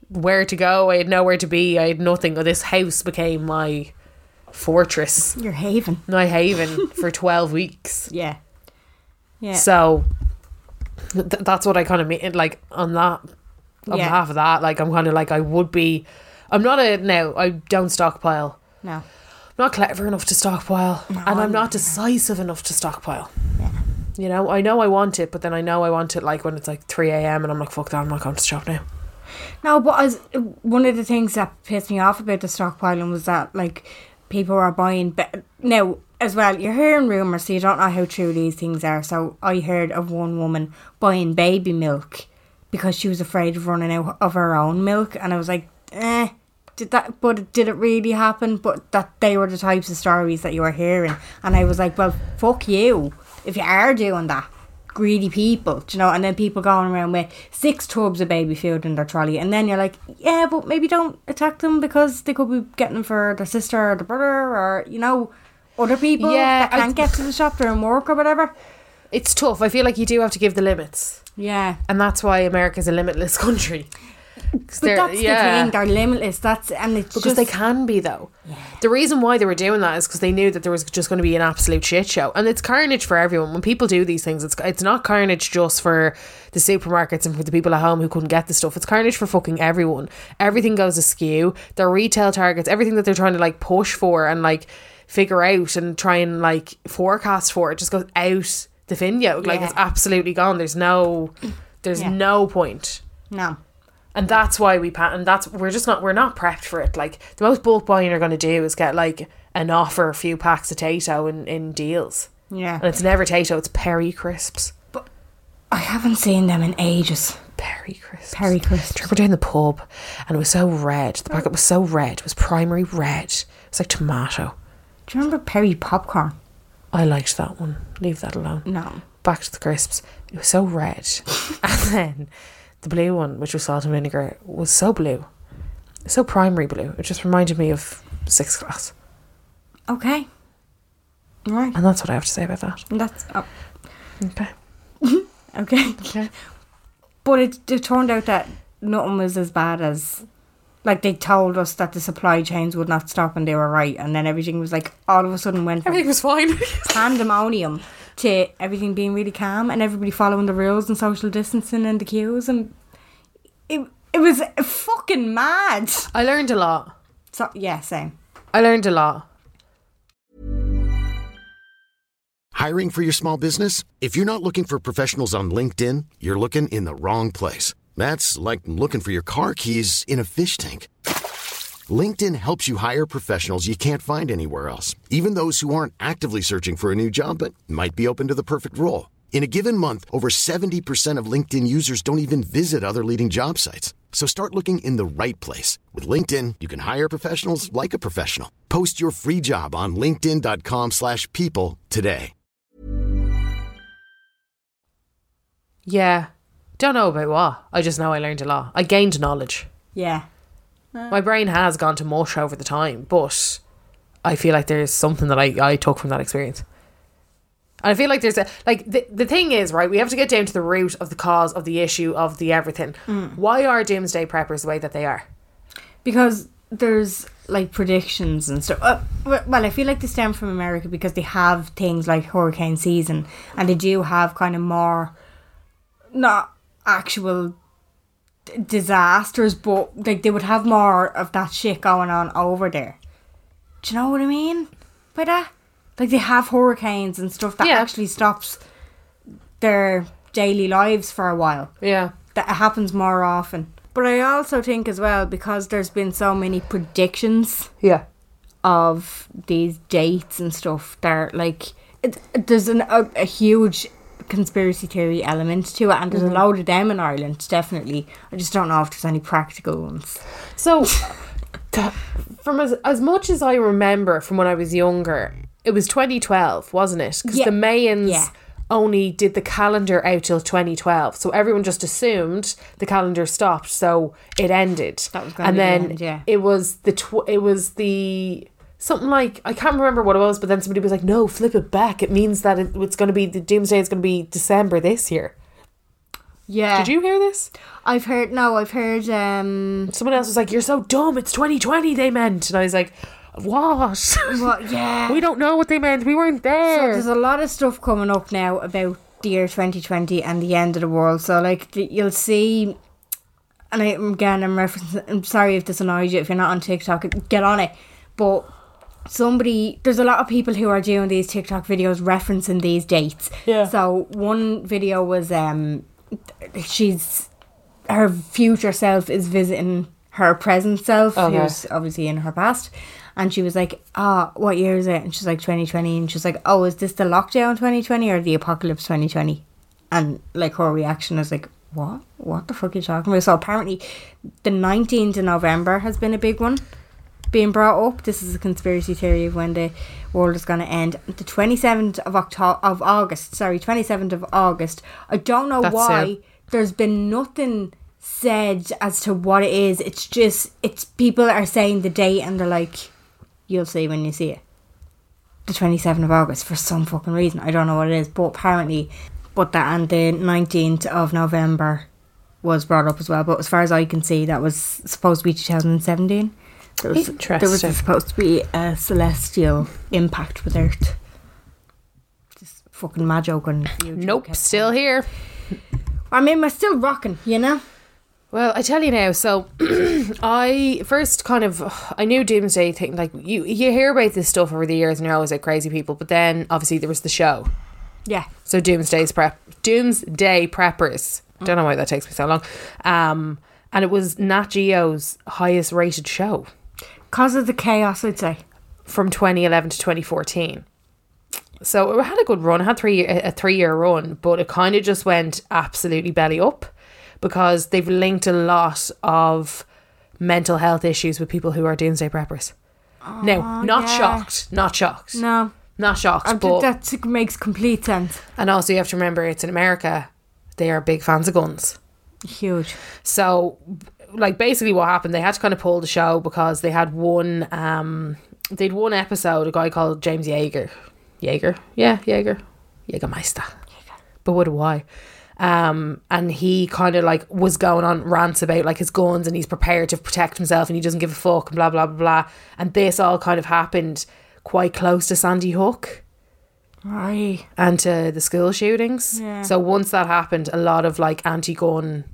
Speaker 2: where to go. I had nowhere to be. I had nothing. This house became my fortress,
Speaker 1: Your haven.
Speaker 2: my haven for 12 weeks.
Speaker 1: Yeah. Yeah.
Speaker 2: So th- that's what I kind of mean. Like, on that, on
Speaker 1: Yeah.
Speaker 2: behalf of that, like, I'm kind of like, I would be. I'm not a. Now, I don't stockpile.
Speaker 1: No.
Speaker 2: I'm not clever enough to stockpile, and I'm not decisive enough to stockpile. You know, I know I want it, but then I know I want it like when it's like 3 a.m. and I'm like, fuck that, I'm not going to shop now.
Speaker 1: No, but as one of the things that pissed me off about the stockpiling was that like people were buying. Be- now as well, you're hearing rumors, so you don't know how true these things are. So I heard of one woman buying baby milk because she was afraid of running out of her own milk, and I was like, eh. Did that, but did it really happen? But that they were the types of stories that you were hearing, and I was like, "Well, fuck you! If you are doing that, greedy people, do you know, and then people going around with six tubs of baby food in their trolley, and then you're like, yeah, but maybe don't attack them because they could be getting them for their sister or their brother or you know, other people
Speaker 2: Yeah,
Speaker 1: that
Speaker 2: I-
Speaker 1: can't get to the shop during work or whatever.
Speaker 2: It's tough. I feel like you do have to give the limits,
Speaker 1: Yeah,
Speaker 2: and that's why America's a limitless country. 'Cause
Speaker 1: but
Speaker 2: they're-
Speaker 1: that's the thing; they're limitless. That's and it's
Speaker 2: because
Speaker 1: just
Speaker 2: they can be though. The reason why they were doing that is because they knew that there was just going to be an absolute shit show, and it's carnage for everyone. When people do these things, it's it's not carnage just for the supermarkets and for the people at home who couldn't get the stuff. It's carnage for fucking everyone. Everything goes askew. Their retail targets, everything that they're trying to like push for and like figure out and try and like forecast for, it just goes out the window. Like
Speaker 1: Yeah.
Speaker 2: it's absolutely gone. There's no, there's
Speaker 1: Yeah.
Speaker 2: no point
Speaker 1: no.
Speaker 2: and that's why we pat and that's we're just not we're not prepped for it like the most bulk buying you're going to do is get like an offer a few packs of tato in, in deals
Speaker 1: Yeah.
Speaker 2: and it's never tato it's perry crisps
Speaker 1: I haven't seen them in ages.
Speaker 2: perry crisps
Speaker 1: Perry crisps.
Speaker 2: we were down the pub and it was so red the packet was so red it was primary red it was like tomato
Speaker 1: Do you remember Perry popcorn?
Speaker 2: i liked that one leave that alone
Speaker 1: No.
Speaker 2: back to the crisps. It was so red. and then the blue one, which was salt and vinegar, was so blue. So primary blue. It just reminded me of sixth class.
Speaker 1: Okay. Right.
Speaker 2: And that's what I have to say about that.
Speaker 1: That's oh,
Speaker 2: Okay.
Speaker 1: okay.
Speaker 2: Okay.
Speaker 1: But it, it turned out that nothing was as bad as. Like they told us that the supply chains would not stop and they were right, and then everything was like all of a sudden went from
Speaker 2: Everything was fine.
Speaker 1: pandemonium to everything being really calm and everybody following the rules and social distancing and the queues and it it was fucking mad.
Speaker 2: I learned a lot.
Speaker 1: So yeah, same.
Speaker 2: I learned a lot.
Speaker 3: Hiring for your small business? If you're not looking for professionals on LinkedIn, you're looking in the wrong place. That's like looking for your car keys in a fish tank. LinkedIn helps you hire professionals you can't find anywhere else, even those who aren't actively searching for a new job but might be open to the perfect role. In a given month, over 70% of LinkedIn users don't even visit other leading job sites. So start looking in the right place. With LinkedIn, you can hire professionals like a professional. Post your free job on linkedin.com/people slash people today.
Speaker 2: Yeah. Don't know about what. I just know I learned a lot. I gained knowledge.
Speaker 1: Yeah.
Speaker 2: My brain has gone to mush over the time, but I feel like there's something that I, I took from that experience. And I feel like there's a like the, the thing is, right, we have to get down to the root of the cause of the issue of the everything. Why are doomsday preppers the way that they are?
Speaker 1: because there's like predictions and stuff. Uh, w- well, I feel like they stem from America because they have things like hurricane season, and they do have kind of more, not actual d- disasters, but like they would have more of that shit going on over there. Do you know what I mean by that? Like they have hurricanes and stuff that
Speaker 2: Yeah.
Speaker 1: actually stops their daily lives for a while
Speaker 2: Yeah.
Speaker 1: that it happens more often. But I also think as well because there's been so many predictions
Speaker 2: Yeah.
Speaker 1: of these dates and stuff that like it, it- there's an, a, a huge conspiracy theory element to it and there's a load of them in Ireland definitely. I just don't know if there's any practical ones.
Speaker 2: So, th- from as as much as I remember from when I was younger, it was 2012, wasn't it? Because
Speaker 1: Yeah.
Speaker 2: the Mayans
Speaker 1: Yeah.
Speaker 2: only did the calendar out till 2012, so everyone just assumed the calendar stopped, so it ended.
Speaker 1: That was gonna
Speaker 2: and
Speaker 1: be the
Speaker 2: then
Speaker 1: end, yeah.
Speaker 2: it was the tw- it was the something like I can't remember what it was, but then somebody was like, "No, flip it back. It means that it, it's going to be the doomsday is going to be December this year."
Speaker 1: Yeah.
Speaker 2: Did you hear this?
Speaker 1: I've heard no, I've heard um
Speaker 2: Someone else was like, "You're so dumb. It's 2020." They meant, and I was like, "What?"
Speaker 1: what yeah.
Speaker 2: We don't know what they meant. We weren't
Speaker 1: So
Speaker 2: there.
Speaker 1: there's a lot of stuff coming up now about the year 2020 and the end of the world. So like th- you'll see, and I, again I'm referencing. I'm sorry if this annoys you. If you're not on TikTok, get on it. But somebody there's a lot of people who are doing these TikTok videos referencing these dates.
Speaker 2: Yeah.
Speaker 1: So one video was um she's her future self is visiting her present self
Speaker 2: Okay.
Speaker 1: who's obviously in her past and she was like, "Ah, what year is it?" and she's like 2020 and she's like, "Oh, is this the lockdown 2020 or the apocalypse 2020?" And like her reaction is like, "What? What the fuck are you talking about?" So apparently the 19th of November has been a big one being brought up. This is a conspiracy theory of when the world is going to end. The 27th of October of August, sorry, 27th of August. I don't know
Speaker 2: That's
Speaker 1: why
Speaker 2: it.
Speaker 1: there's been nothing said as to what it is. It's just it's people are saying the date and they're like you'll see when you see it. The 27th of August for some fucking reason. I don't know what it is, but apparently but that and the 19th of November was brought up as well, but as far as I can see, that was supposed to be 2017. There was, There was
Speaker 2: Interesting.
Speaker 1: supposed to be a celestial impact with Earth. Just fucking mad joke on YouTube.
Speaker 2: Nope,
Speaker 1: kept-
Speaker 2: still here.
Speaker 1: I mean, we're still rocking, you know?
Speaker 2: Well, I tell you now. So, I first kind of I knew Doomsday thing. Like you, you hear about this stuff over the years, and you're always like crazy people. But then, obviously, there was the show.
Speaker 1: Yeah.
Speaker 2: So Doomsday's prep Doomsday preppers. Don't know why that takes me so long. Um and it was Nat Geo's highest rated show
Speaker 1: Because of the chaos, I'd say.
Speaker 2: from 2011 to 2014. So it had a good run. It had three a three year run, but it kind of just went absolutely belly up because they've linked a lot of mental health issues with people who are doomsday preppers. now, not
Speaker 1: yeah.
Speaker 2: shocked, not shocked,
Speaker 1: No.
Speaker 2: not shocked.
Speaker 1: I
Speaker 2: but
Speaker 1: think that makes complete sense.
Speaker 2: and also you have to remember it's in America. They are big fans of guns.
Speaker 1: Huge.
Speaker 2: So, like, basically, what happened? They had to kind of pull the show because they had one. Um, they'd one episode. A guy called James Yeager, Yeager, yeah, Yeager, Jägermeister, but what a why? Um, and he kind of like was going on rants about like his guns and he's prepared to protect himself and he doesn't give a fuck and blah blah blah blah. And this all kind of happened quite close to Sandy Hook
Speaker 1: Right.
Speaker 2: and to the school shootings.
Speaker 1: Yeah.
Speaker 2: So once that happened, a lot of like anti-gun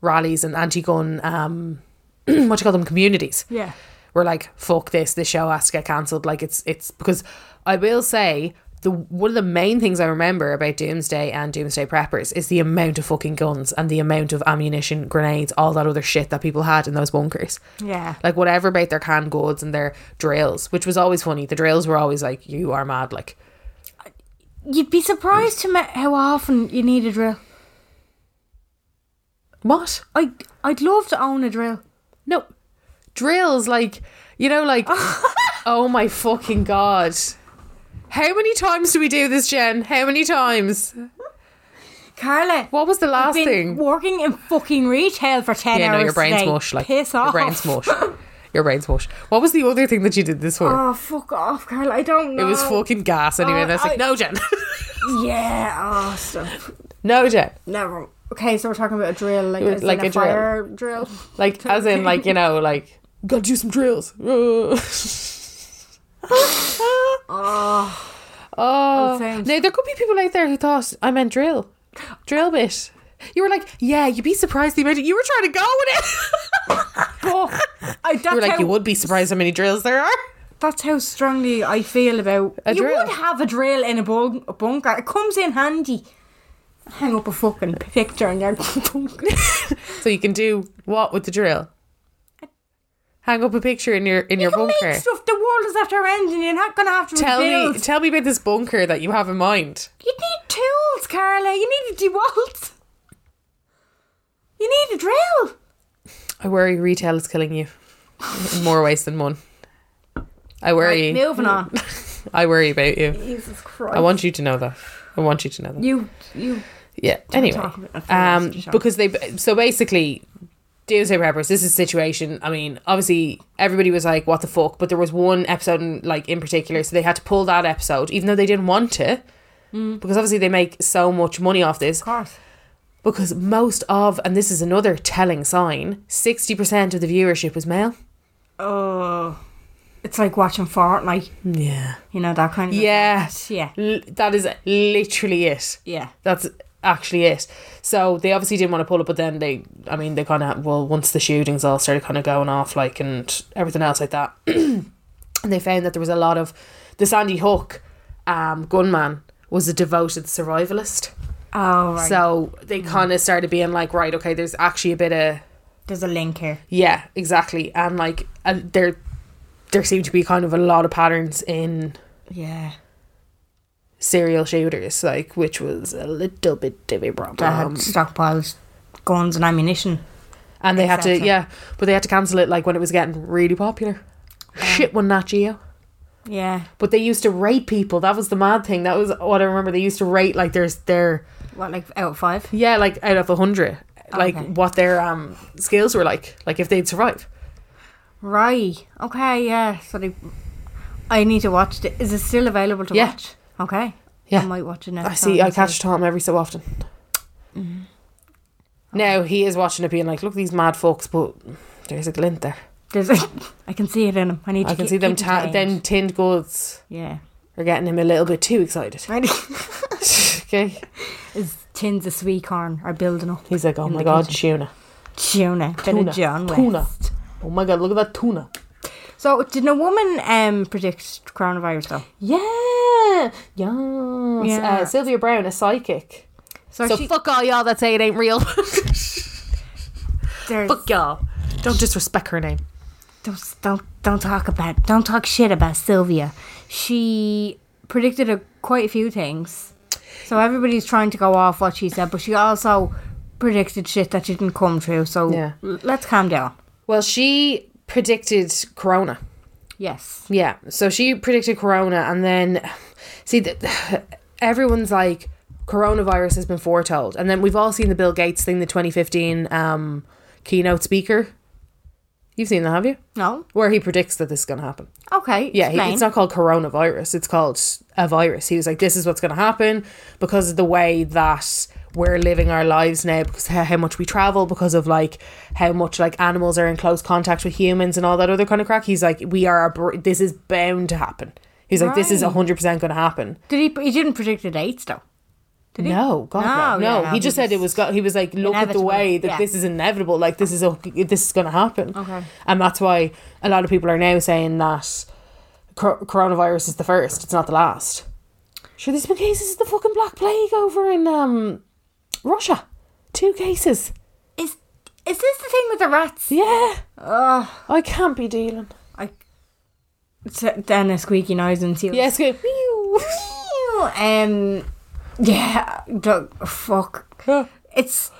Speaker 2: rallies and anti-gun um, what do you call them communities
Speaker 1: Yeah.
Speaker 2: were like, "Fuck this! This show has to get cancelled." Like it's it's because I will say the one of the main things I remember about Doomsday and Doomsday Preppers is the amount of fucking guns and the amount of ammunition, grenades, all that other shit that people had in those bunkers
Speaker 1: Yeah.
Speaker 2: like whatever about their canned goods and their drills, which was always funny. The drills were always like, "You are mad!" Like
Speaker 1: You'd be surprised to me how often you need a drill.
Speaker 2: what?
Speaker 1: I, I'd love to own a drill.
Speaker 2: No. Drills, like, you know, like, oh my fucking God. How many times do we do this, Jen? How many times?
Speaker 1: Carla.
Speaker 2: What was the last
Speaker 1: I've been
Speaker 2: thing?
Speaker 1: working in fucking retail for 10
Speaker 2: yeah,
Speaker 1: hours.
Speaker 2: no, your brain's
Speaker 1: today.
Speaker 2: mush. Like,
Speaker 1: Piss
Speaker 2: your
Speaker 1: off.
Speaker 2: brain's mush. Your brain's mush. What was the other thing that you did this for?
Speaker 1: Oh, fuck off, Carla. I don't
Speaker 2: it
Speaker 1: know.
Speaker 2: was fucking gas anyway. and I was like,
Speaker 1: Oh, I-
Speaker 2: no, Jen.
Speaker 1: Yeah. Oh, stuff.
Speaker 2: no, Jen.
Speaker 1: Never. Okay, so we're talking about a drill, like,
Speaker 2: was
Speaker 1: as
Speaker 2: like
Speaker 1: in a,
Speaker 2: a drill.
Speaker 1: fire drill.
Speaker 2: Like, as in, like, you know, like, gotta do some drills.
Speaker 1: Ah. Oh,
Speaker 2: Oh,
Speaker 1: sound.
Speaker 2: Ah. no, there could be people out there who thought I meant drill, drill bit. You were like, yeah, you'd be surprised the amount you were trying to go with it. oh.
Speaker 1: I, that's
Speaker 2: You were like,
Speaker 1: how,
Speaker 2: you would be surprised how many drills there are.
Speaker 1: That's how strongly I feel about.
Speaker 2: A
Speaker 1: you
Speaker 2: drill.
Speaker 1: would have a drill in a, bunk, a bunker. It comes in handy. Hang up a fucking picture in your bunker.
Speaker 2: So you can do what with the drill? Hang up a picture in your in your
Speaker 1: you can
Speaker 2: bunker.
Speaker 1: make stuff. The world is after ending. You're not gonna have to
Speaker 2: Tell
Speaker 1: rebuild.
Speaker 2: me, tell me about this bunker that you have in mind.
Speaker 1: You need tools, Carla. You need a dewalt. You need a drill.
Speaker 2: I worry retail is killing you in more ways than one. I worry.
Speaker 1: Right, moving on.
Speaker 2: I worry about you.
Speaker 1: Jesus Christ.
Speaker 2: I want you to know that. I want you to know that.
Speaker 1: you. You.
Speaker 2: Yeah. Anyway,
Speaker 1: talk about that
Speaker 2: um,
Speaker 1: first, Michelle.
Speaker 2: because they so basically, Doomsday Preppers. This is a situation. I mean, obviously everybody was like, "What the fuck?" But there was one episode, in, like in particular, so they had to pull that episode, even though they didn't want to,
Speaker 1: Mm.
Speaker 2: because obviously they make so much money off this.
Speaker 1: course.
Speaker 2: Because most of, and this is another telling sign, sixty percent of the viewership was male.
Speaker 1: Oh. It's like watching Fortnite.
Speaker 2: Yeah.
Speaker 1: You know that kind of.
Speaker 2: Yeah.
Speaker 1: Yeah.
Speaker 2: L- that is literally it.
Speaker 1: Yeah.
Speaker 2: That's actually it. So they obviously didn't want to pull it, but then they, I mean, they kind of, well, once the shootings all started kind of going off, like, and everything else like that, And they found that there was a lot of the Sandy Hook um, gunman was a devoted survivalist.
Speaker 1: Oh, right.
Speaker 2: So they kind of started being like, right, okay, there's actually a bit of
Speaker 1: There's a link here.
Speaker 2: yeah, exactly, and like and there, there seemed to be kind of a lot of patterns in
Speaker 1: Yeah.
Speaker 2: serial shooters, like which was a little bit of a
Speaker 1: That had
Speaker 2: problem.
Speaker 1: stockpiles, guns, and ammunition.
Speaker 2: and they had to,
Speaker 1: Exactly.
Speaker 2: yeah, but they had to cancel it like when it was getting really popular. Shit, one Nat Geo.
Speaker 1: Yeah.
Speaker 2: Um, But they used to rate people. That was the mad thing. That was what I remember. They used to rate like there's their
Speaker 1: What, like out of five?
Speaker 2: yeah, like out of a hundred, like
Speaker 1: Okay.
Speaker 2: what their um skills were like, like if they'd survive.
Speaker 1: Right. Okay, yeah. So they. I need to watch it. Is it still available to
Speaker 2: Yeah.
Speaker 1: watch? Okay.
Speaker 2: Yeah.
Speaker 1: I might watch it next
Speaker 2: I see. I
Speaker 1: time.
Speaker 2: catch Tom every so often. Mm-hmm. Now he is watching it, being like, "Look, these mad folks!" But there's a glint there.
Speaker 1: There's a, I can see it in him. I need to
Speaker 2: I can
Speaker 1: keep-
Speaker 2: see them.
Speaker 1: keep it
Speaker 2: Ta-
Speaker 1: tamed.
Speaker 2: them tinned goods
Speaker 1: Yeah.
Speaker 2: are getting him a little bit too excited. okay,
Speaker 1: His tins of sweet corn are building up.
Speaker 2: he's like, "Oh
Speaker 1: In
Speaker 2: my
Speaker 1: the
Speaker 2: god,
Speaker 1: kitchen.
Speaker 2: tuna!
Speaker 1: Tuna. Bit
Speaker 2: Tuna.
Speaker 1: of John West.
Speaker 2: Tuna. Oh my god, look at that tuna!"
Speaker 1: So, did a woman um, predict coronavirus though?
Speaker 2: Yeah, yes.
Speaker 1: Yeah.
Speaker 2: Uh, Sylvia Brown, a psychic.
Speaker 1: So,
Speaker 2: so
Speaker 1: she,
Speaker 2: fuck all y'all that say it ain't real.
Speaker 1: there's-
Speaker 2: fuck y'all. Don't disrespect her name.
Speaker 1: don't don't don't talk about don't talk shit about Sylvia. She predicted a, quite a few things, so everybody's trying to go off what she said, but she also predicted shit that didn't come true. So
Speaker 2: Yeah.
Speaker 1: l- let's calm down.
Speaker 2: Well, she predicted Corona.
Speaker 1: Yes,
Speaker 2: Yeah. So she predicted corona, and then see that everyone's like coronavirus has been foretold, and then we've all seen the Bill Gates thing, the 2015 um, keynote speaker. You've seen that, have you?
Speaker 1: no,
Speaker 2: Where he predicts that this is going to happen.
Speaker 1: okay,
Speaker 2: Yeah, he,
Speaker 1: explain.
Speaker 2: it's not called coronavirus. It's called a virus. He was like, "This is what's going to happen because of the way that we're living our lives now, because of how much we travel, because of like how much like animals are in close contact with humans and all that other kind of crack." He's like, "We are. a br- This is bound to happen." He's like, "This is
Speaker 1: Right.
Speaker 2: hundred percent going to happen."
Speaker 1: Did he? He didn't predict the dates though. Did he?
Speaker 2: No, God, no,
Speaker 1: No,
Speaker 2: no.
Speaker 1: yeah,
Speaker 2: he
Speaker 1: he
Speaker 2: just said it was. Go- he was like, look at the
Speaker 1: Inevitable,
Speaker 2: way that
Speaker 1: yeah.
Speaker 2: this is inevitable. Like this is a, this is going to happen.
Speaker 1: Okay.
Speaker 2: and that's why a lot of people are now saying that cor- coronavirus is the first. It's not the last. Sure, there's been cases of the fucking black plague over in um Russia. Two cases.
Speaker 1: Is is this the thing with the rats?
Speaker 2: Yeah,
Speaker 1: Ugh.
Speaker 2: I can't be dealing.
Speaker 1: I set down a squeaky noise and see.
Speaker 2: Yes, good.
Speaker 1: um, yeah, dog, fuck. It's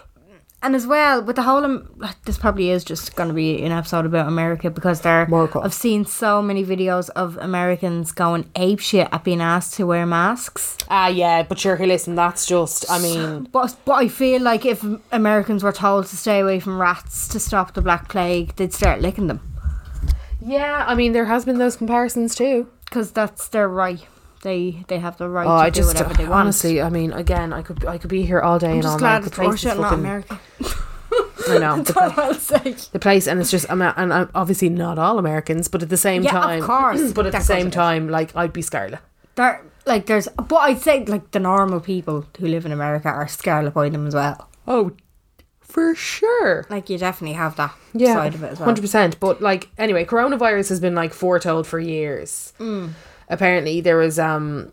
Speaker 1: and as well with the whole. Am- This probably is just going to be an episode about America because there.
Speaker 2: America.
Speaker 1: I've seen so many videos of Americans going ape shit at being asked to wear masks.
Speaker 2: Ah, yeah, but sure. Here, listen. That's just. I mean,
Speaker 1: But but I feel like if Americans were told to stay away from rats to stop the black plague, they'd start licking them
Speaker 2: yeah. I mean, there has been those comparisons too.
Speaker 1: because that's their right. They they have the right
Speaker 2: Oh,
Speaker 1: to
Speaker 2: I
Speaker 1: do
Speaker 2: just
Speaker 1: whatever they want.
Speaker 2: honestly, I mean, again, I could I could be here all day
Speaker 1: I'm
Speaker 2: and all
Speaker 1: just
Speaker 2: night.
Speaker 1: glad
Speaker 2: The
Speaker 1: it's
Speaker 2: place
Speaker 1: Russia,
Speaker 2: is
Speaker 1: not
Speaker 2: fucking-
Speaker 1: America.
Speaker 2: I know the, pla-
Speaker 1: I'll say.
Speaker 2: the place, and it's just I'm not- and I'm obviously not all Americans, but at the same
Speaker 1: Yeah, of
Speaker 2: time,
Speaker 1: course.
Speaker 2: but at the
Speaker 1: That goes
Speaker 2: same
Speaker 1: with it.
Speaker 2: time, like I'd be Scarlet.
Speaker 1: There, like, there's, but I'd say like the normal people who live in America are scarlet by them as well.
Speaker 2: Oh, for sure.
Speaker 1: Like, you definitely have that side of it as well.
Speaker 2: hundred percent. But like anyway, coronavirus has been like foretold for years.
Speaker 1: Mm.
Speaker 2: Apparently, there was um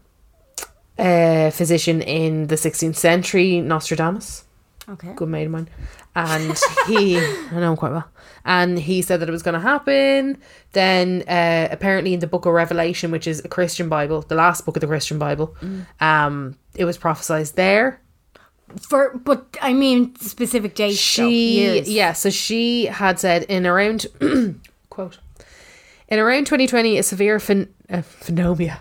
Speaker 2: a physician in the 16th century, Nostradamus.
Speaker 1: Okay.
Speaker 2: good mate of mine, and he I know him quite well. And he said that it was going to happen. Then uh, apparently in the Book of Revelation, which is a Christian Bible, the last book of the Christian Bible, um, it was prophesized there.
Speaker 1: For, but I mean specific dates. though,
Speaker 2: She
Speaker 1: years.
Speaker 2: yeah, so she had said in around quote in around 2020 a severe phen- uh, phenomia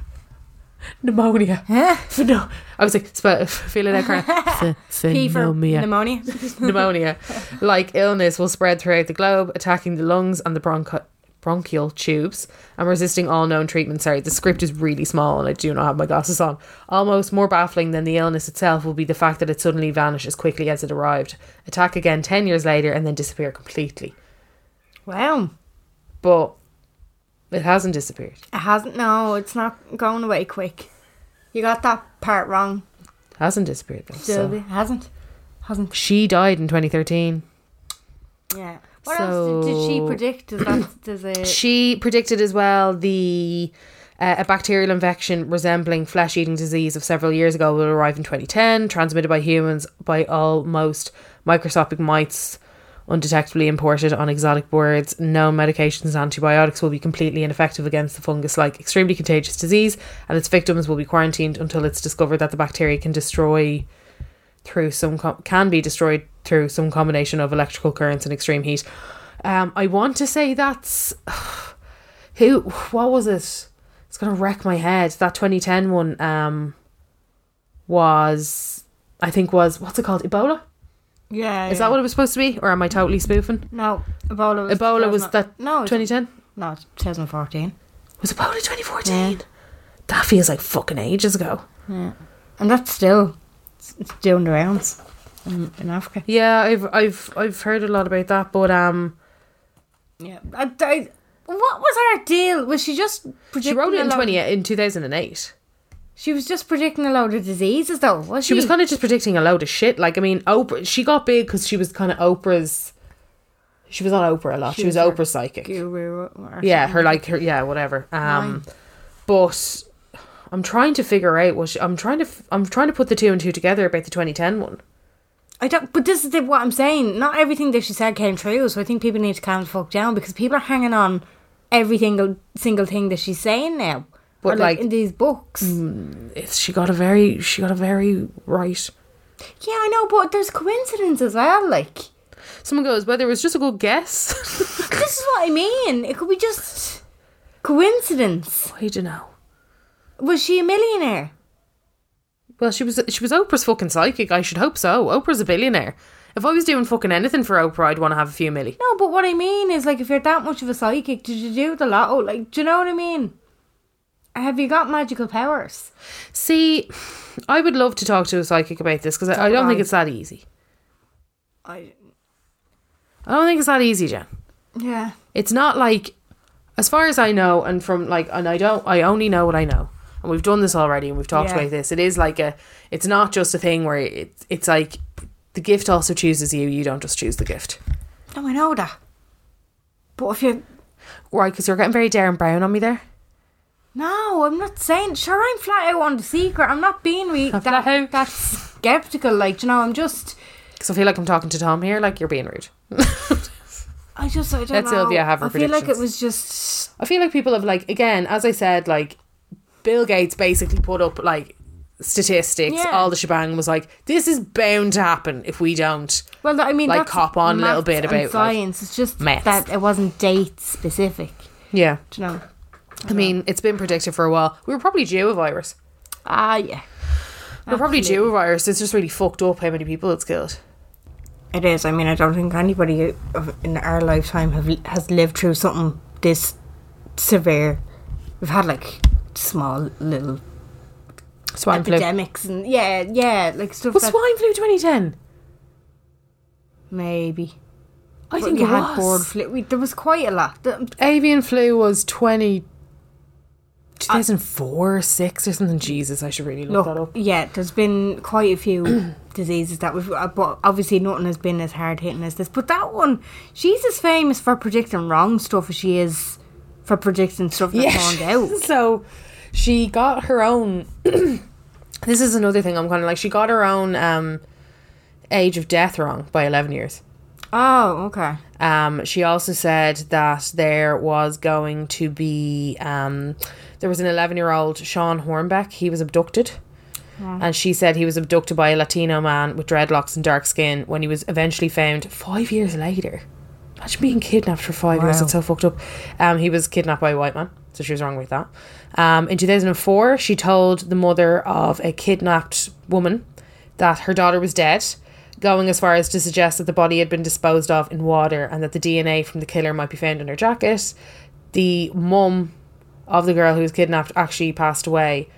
Speaker 2: pneumonia Pheno- I was like sp- feeling that kind of
Speaker 1: P for
Speaker 2: phenomia
Speaker 1: pneumonia.
Speaker 2: pneumonia like illness will spread throughout the globe, attacking the lungs and the bronchi- bronchial tubes and resisting all known treatment. Sorry, the script is really small and I do not have my glasses on. Almost more baffling than the illness itself will be the fact that it suddenly vanished as quickly as it arrived. Attack again 10 years later and then disappear completely.
Speaker 1: wow,
Speaker 2: But it hasn't disappeared.
Speaker 1: it hasn't. No, it's not going away quick. You got that part wrong,
Speaker 2: It hasn't disappeared though. so.
Speaker 1: Sylvie. Hasn't, hasn't.
Speaker 2: She died in 2013.
Speaker 1: Yeah. What
Speaker 2: so
Speaker 1: else did, did she predict? Is that does it?
Speaker 2: She predicted as well the uh, a bacterial infection resembling flesh-eating disease of several years ago will arrive in 2010, transmitted by humans by almost microscopic mites, undetectably imported on exotic birds. Known medications and antibiotics will be completely ineffective against the fungus-like extremely contagious disease, and its victims will be quarantined until it's discovered that the bacteria can destroy through some com- can be destroyed through some combination of electrical currents and extreme heat. Um, I want to say that's who? What was it? It's gonna wreck my head. That 2010 one um, was, I think, was what's it called? Ebola?
Speaker 1: yeah.
Speaker 2: Is that what it was supposed to be, or am I totally spoofing?
Speaker 1: No, Ebola. Was
Speaker 2: Ebola was
Speaker 1: 2000
Speaker 2: that
Speaker 1: No, it-
Speaker 2: 2010?
Speaker 1: No, it's 2014.
Speaker 2: Was Ebola 2014? That feels like fucking ages ago.
Speaker 1: And that's still it's it's doing the rounds in, in Africa.
Speaker 2: Yeah, I've I've I've heard a lot about that, but um,
Speaker 1: Yeah. I, I- what was her deal? Was she just
Speaker 2: she
Speaker 1: predicting?
Speaker 2: wrote it
Speaker 1: a
Speaker 2: in
Speaker 1: load-
Speaker 2: 20 in 2008.
Speaker 1: She was just predicting a load of diseases, though, was she?
Speaker 2: She was kind of just predicting a load of shit. Like, I mean, Oprah, she got big because she was kind of Oprah's. She was on Oprah a lot. She, was,
Speaker 1: was her
Speaker 2: Oprah's psychic.
Speaker 1: Guru or
Speaker 2: Yeah, her like her yeah, whatever. Um, but I'm trying to figure out what she, I'm trying to f- I'm trying to put the two and two together about the 2010 one.
Speaker 1: I don't. But this is the, what I'm saying. Not everything that she said came true. So I think people need to calm the fuck down because people are hanging on every single single thing that she's saying now.
Speaker 2: But,
Speaker 1: Or,
Speaker 2: like- Mm-hmm.
Speaker 1: in these books.
Speaker 2: It's, she got a very she got a very right.
Speaker 1: Yeah, I know, but there's coincidence as well. Like
Speaker 2: Someone goes whether it was just a good guess.
Speaker 1: this is what I mean. It could be just coincidence.
Speaker 2: I don't know.
Speaker 1: Was she a millionaire?
Speaker 2: Well, she was she was Oprah's fucking psychic. I should hope so. Oprah's a billionaire. If I was doing fucking anything for Oprah, I'd want to have a few milli.
Speaker 1: No, but what I mean is, like, if you're that much of a psychic, did you do the lotto? Like, do you know what I mean? Have you got magical powers?
Speaker 2: See, I would love to talk to a psychic about this because I, I don't think
Speaker 1: Right.
Speaker 2: it's that easy.
Speaker 1: I
Speaker 2: I don't think it's that easy, Jen.
Speaker 1: yeah.
Speaker 2: it's not like as far as i know and from like and i don't i only know what i know and we've done this already and we've talked
Speaker 1: Yeah.
Speaker 2: about this it is like a it's not just a thing where it's it's like the gift also chooses you you don't just choose the gift
Speaker 1: No, I know that. But if you
Speaker 2: right because you're getting very darren brown on me there
Speaker 1: no, I'm not saying. Sure, I'm flat out on the secret. I'm not being re- that
Speaker 2: flat out.
Speaker 1: that skeptical. Like, do you know, I'm just.
Speaker 2: because i feel like i'm talking to tom here like you're being rude
Speaker 1: I just. I don't
Speaker 2: Let
Speaker 1: know.
Speaker 2: Sylvia have her
Speaker 1: I feel like it
Speaker 2: predictions.
Speaker 1: was just.
Speaker 2: I feel like people have like again, as I said, like Bill Gates basically put up like statistics,
Speaker 1: Yeah.
Speaker 2: all the shebang was like, this is bound to happen if we don't
Speaker 1: Well, I mean,
Speaker 2: like
Speaker 1: that's
Speaker 2: cop on a little
Speaker 1: maths
Speaker 2: bit
Speaker 1: and
Speaker 2: about like,
Speaker 1: science. it's just
Speaker 2: maths.
Speaker 1: that it wasn't date specific.
Speaker 2: Yeah.
Speaker 1: Do you know?
Speaker 2: I mean, it's been predicted for a while. We were probably due a virus.
Speaker 1: Ah, yeah.
Speaker 2: We're probably due a virus. It's just really fucked up how many people it's killed.
Speaker 1: It is. I mean, I don't think anybody of- in our lifetime have has lived through something this severe. We've had like small little
Speaker 2: Swine
Speaker 1: epidemics and yeah, yeah, like stuff
Speaker 2: Was
Speaker 1: that
Speaker 2: swine flu 2010?
Speaker 1: maybe.
Speaker 2: I
Speaker 1: But
Speaker 2: think
Speaker 1: you
Speaker 2: it
Speaker 1: had bird
Speaker 2: was.
Speaker 1: flu. We, there was quite a lot. The-
Speaker 2: Avian flu was 20... 2004, 6 or something. Jesus, I should really look, that
Speaker 1: Look,
Speaker 2: up.
Speaker 1: yeah, there's been quite a few diseases that we've, uh, but obviously nothing has been as hard hitting as this. But that one, she's as famous for predicting wrong stuff as she is for predicting stuff that found out.
Speaker 2: so she got her own... this is another thing I'm kind of like. She got her own um, age of death wrong by 11 years.
Speaker 1: Oh, okay.
Speaker 2: Um, she also said that there was going to be um, there was an 11 year old Sean Hornbeck. He was abducted, and she said he was abducted by a Latino man with dreadlocks and dark skin. When he was eventually found five years later, imagine being kidnapped for five years. That's so fucked up. Um, he was kidnapped by a white man, so she was wrong with that. Um, in 2004, she told the mother of a kidnapped woman that her daughter was dead, going as far as to suggest that the body had been disposed of in water and that the DNA from the killer might be found in her jacket. The mum of the girl who was kidnapped actually passed away,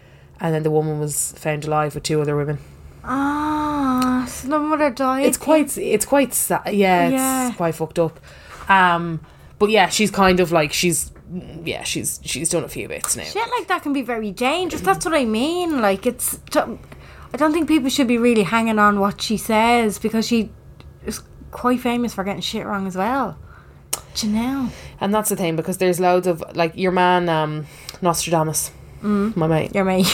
Speaker 2: and then the woman was found alive with two other women.
Speaker 1: Ah, so the mother died.
Speaker 2: It's quite, it's quite, sa- yeah,
Speaker 1: Yeah.
Speaker 2: it's quite fucked up. Um, but yeah, she's kind of like she's, yeah, she's she's done a few bits now.
Speaker 1: shit like that can be very
Speaker 2: Mm.
Speaker 1: dangerous. That's what I mean. Like it's, I don't think people should be really hanging on what she says because she is quite famous for getting shit wrong as well. Janelle.
Speaker 2: And that's the thing because there's loads of like your man um Nostradamus,
Speaker 1: Mm.
Speaker 2: my mate,
Speaker 1: You're me.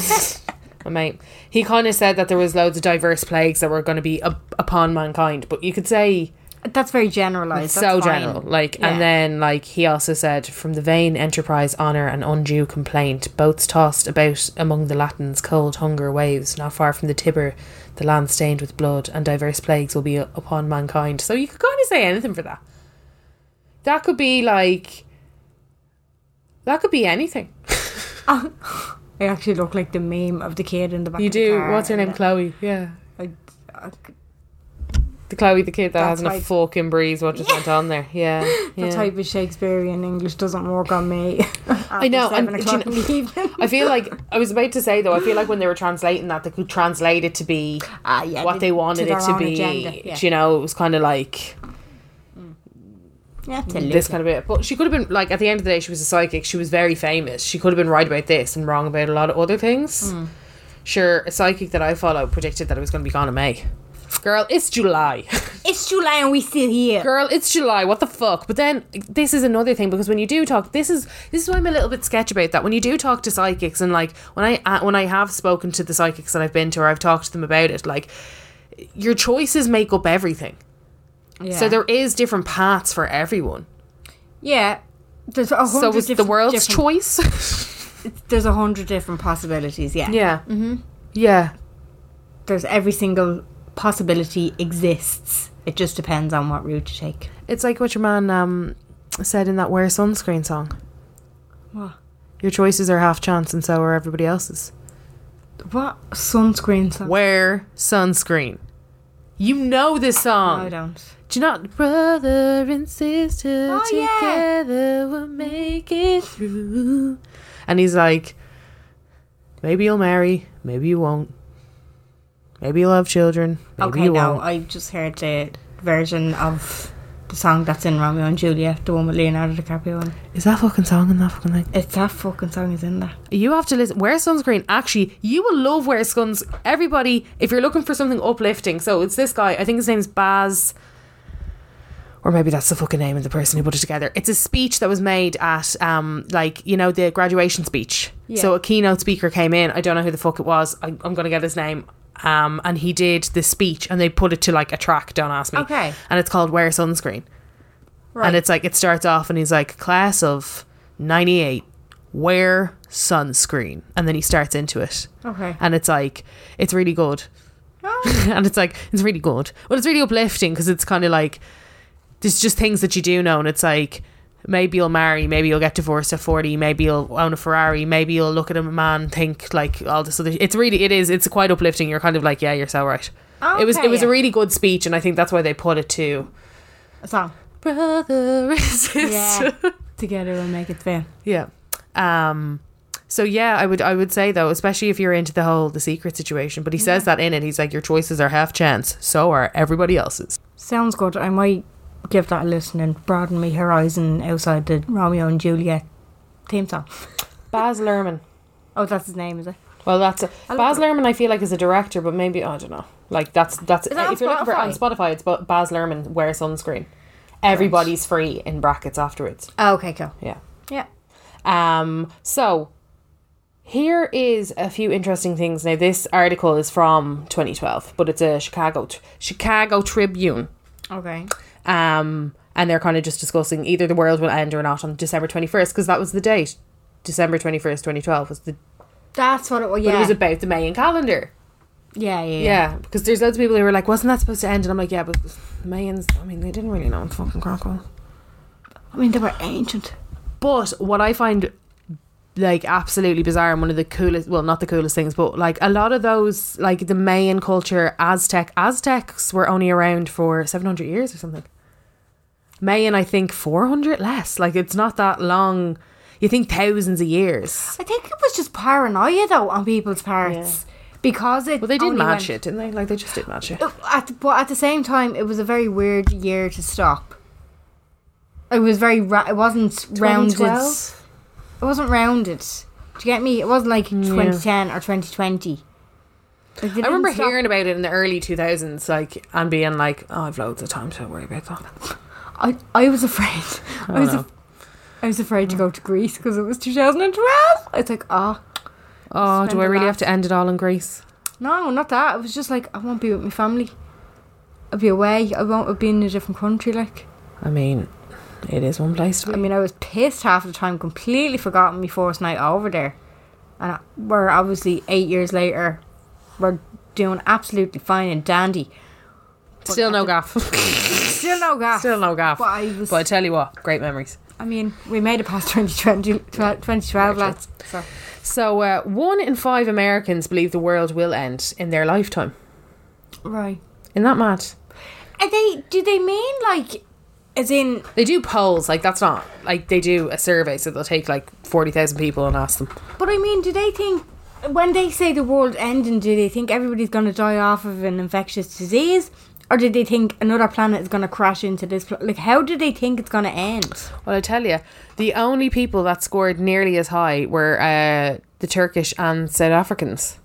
Speaker 2: my mate. He kind of said that there was loads of diverse plagues that were going to be up- upon mankind, but you could say
Speaker 1: That's very generalized.
Speaker 2: so general. Like,
Speaker 1: Yeah.
Speaker 2: and then like he also said, from the vain enterprise, honor, and undue complaint, boats tossed about among the Latins, cold hunger waves, not far from the Tiber, the land stained with blood, and diverse plagues will be upon mankind. So you could kind of say anything for that. That could be like, that could be anything.
Speaker 1: I actually look like the meme of the kid in the back.
Speaker 2: You
Speaker 1: of the
Speaker 2: do.
Speaker 1: car
Speaker 2: What's her
Speaker 1: and
Speaker 2: name? Chloe. Yeah.
Speaker 1: I- I-
Speaker 2: The Chloe, the kid that
Speaker 1: That's
Speaker 2: hasn't a
Speaker 1: right.
Speaker 2: fucking breeze, what just went on there? Yeah,
Speaker 1: The
Speaker 2: yeah.
Speaker 1: type of Shakespearean English doesn't work on me.
Speaker 2: I know,
Speaker 1: After
Speaker 2: and
Speaker 1: seven
Speaker 2: do you
Speaker 1: o'clock
Speaker 2: know-
Speaker 1: in the evening.
Speaker 2: I feel like I was about to say though. I feel like when they were translating that, they could translate it to be
Speaker 1: Ah, yeah,
Speaker 2: what
Speaker 1: to-
Speaker 2: they
Speaker 1: to
Speaker 2: wanted it
Speaker 1: their
Speaker 2: to
Speaker 1: own
Speaker 2: be.
Speaker 1: agenda, yeah.
Speaker 2: do You know, it was kind of like
Speaker 1: Absolutely.
Speaker 2: this kind of bit. But she could have been like at the end of the day, she was a psychic. She was very famous. She could have been right about this and wrong about a lot of other things.
Speaker 1: Hmm.
Speaker 2: Sure, a psychic that I follow predicted that it was going to be gone in May. Girl, it's July.
Speaker 1: It's July and we still here.
Speaker 2: Girl, it's July. What the fuck? But then this is another thing because when you do talk, this is this is why I'm a little bit sketch about that. When you do talk to psychics and like when I uh, when I have spoken to the psychics that I've been to or I've talked to them about it, like your choices make up everything. So there is different paths for everyone.
Speaker 1: Yeah. There's a
Speaker 2: So
Speaker 1: hundred
Speaker 2: it's the
Speaker 1: different-
Speaker 2: world's
Speaker 1: different-
Speaker 2: choice.
Speaker 1: There's a hundred different possibilities. Yeah.
Speaker 2: yeah. Mm-hmm. Yeah.
Speaker 1: There's every single possibility exists. It just depends on what route you take.
Speaker 2: It's like what your man um, said in that "Wear Sunscreen" song.
Speaker 1: What?
Speaker 2: Your choices are half chance, and so are everybody else's.
Speaker 1: What sunscreen? Song?
Speaker 2: wear sunscreen. You know this
Speaker 1: I
Speaker 2: song.
Speaker 1: don't.
Speaker 2: Do you not? Brother and sister,
Speaker 1: Oh, yeah.
Speaker 2: together we'll make it through. And he's like, maybe you'll marry, maybe you won't. Maybe you'll have children, maybe
Speaker 1: Okay, uh,
Speaker 2: you
Speaker 1: no,
Speaker 2: won't.
Speaker 1: I just heard the version of the song that's in Romeo and Juliet, the one with Leonardo DiCaprio. In.
Speaker 2: Is that fucking song in that fucking thing?
Speaker 1: It's that fucking song is in that.
Speaker 2: You have to listen. Wear sunscreen. Actually, you will love wear suns. Everybody, if you're looking for something uplifting, so it's this guy. I think his name's Baz, or maybe that's the fucking name of the person who put it together. It's a speech that was made at, um, like you know, the graduation speech. So a keynote speaker came in. I don't know who the fuck it was. I, I'm gonna get his name. Um, and he did the speech, and they put it to like a track. Don't ask me.
Speaker 1: Okay.
Speaker 2: And it's called Wear Sunscreen. And it's like it starts off and he's like, class of ninety eight, wear sunscreen. And then he starts into it.
Speaker 1: Okay.
Speaker 2: And it's like it's really good. and it's like it's really good. Well it's really uplifting because it's kinda like there's just things that you do know and it's like maybe you'll marry, maybe you'll get divorced at forty, maybe you'll own a Ferrari, maybe you'll look at a man, think like all this other it's really it is, it's quite uplifting. You're kind of like, Yeah, you're so right. it was
Speaker 1: Okay,
Speaker 2: it was a
Speaker 1: yeah.
Speaker 2: really good speech and I think that's why they put it to
Speaker 1: A song.
Speaker 2: brother and sister.
Speaker 1: Together we'll make it fair.
Speaker 2: Yeah. Um so yeah, I would I would say though, especially if you're into the whole the secret situation, but he says that in it, he's like your choices are half chance, so are everybody else's.
Speaker 1: Sounds good. I might give that a listen and broaden my horizon outside the Romeo and Juliet theme song.
Speaker 2: Baz Luhrmann.
Speaker 1: Oh, that's his name, is it?
Speaker 2: Well, that's a, Baz Luhrmann. I feel like is a director, but maybe I don't know. Like that's that's
Speaker 1: that on
Speaker 2: if you're looking for it on Spotify, it's Ba- Baz Luhrmann. Wear sunscreen. Everybody's free in brackets afterwards.
Speaker 1: Oh, okay, cool.
Speaker 2: Yeah.
Speaker 1: Yeah.
Speaker 2: Um, so here is a few interesting things. Now, this article is from 2012, but it's a Chicago Chicago Tribune.
Speaker 1: Okay.
Speaker 2: Um, and they're kind of just discussing either the world will end or not on December 21st because that was the date. December 21st, 2012 was the
Speaker 1: That's what it was.
Speaker 2: but
Speaker 1: Yeah.
Speaker 2: it was about the Mayan calendar.
Speaker 1: yeah, yeah, yeah.
Speaker 2: Yeah, because there's loads of people who were like, wasn't that supposed to end? And I'm like, yeah, but Mayans, I mean, they didn't really know in fucking Crockwell.
Speaker 1: I mean, they were ancient.
Speaker 2: But what I find like absolutely bizarre and one of the coolest well not the coolest things but like a lot of those like the Mayan culture Aztec Aztecs were only around for 700 years or something Mayan I think 400 less like it's not that long you think thousands of years
Speaker 1: I think it was just paranoia, though, on people's parts. Because it.
Speaker 2: well they did
Speaker 1: only
Speaker 2: match
Speaker 1: went- Oh,
Speaker 2: it didn't they like they just did match it
Speaker 1: At the, but at the same time, it was a very weird year to stop. It was very. Ra- it wasn't rounded. It
Speaker 2: 2012?
Speaker 1: wasn't rounded. Do you get me? It wasn't like 2010 or 2020. Like, they
Speaker 2: I
Speaker 1: didn't
Speaker 2: remember
Speaker 1: stop-
Speaker 2: hearing about it in the early 2000s like and being like oh I've loads of time to worry about that
Speaker 1: I, I was afraid. I was, af- I was afraid to go
Speaker 2: Hmm.
Speaker 1: to Greece because it was 2012. It's like, ah,
Speaker 2: Oh, do
Speaker 1: Spend
Speaker 2: I
Speaker 1: the
Speaker 2: really have
Speaker 1: last-
Speaker 2: to end it all in Greece?
Speaker 1: no, not that. It was just like, I won't be with my family. I'll be away. I won't I'll be in a different country. Like,
Speaker 2: I mean, it is one place to
Speaker 1: I
Speaker 2: be.
Speaker 1: mean, I was pissed half the time, completely forgotten my first night over there. And I- we're obviously eight years later, we're doing absolutely fine and dandy.
Speaker 2: Still no gaff.
Speaker 1: Still no gas.
Speaker 2: Still no gaff.
Speaker 1: But I was,
Speaker 2: But I tell you what, great memories.
Speaker 1: I mean, we made it past 2020, 2012, lads. So.
Speaker 2: So, uh, one in five Americans believe the world will end in their lifetime.
Speaker 1: Right.
Speaker 2: Isn't that mad?
Speaker 1: Are they? Do they mean like, as in?
Speaker 2: They do polls, like that's not like they do a survey, so they'll take like forty thousand people and ask them.
Speaker 1: But I mean, do they think when they say the world ending, do they think everybody's going to die off of an infectious disease, or do they think another planet is going to crash into this? Pl- like, how do they think it's going to end?
Speaker 2: Well, I tell you, the only people that scored nearly as high were uh, the Turkish and South Africans,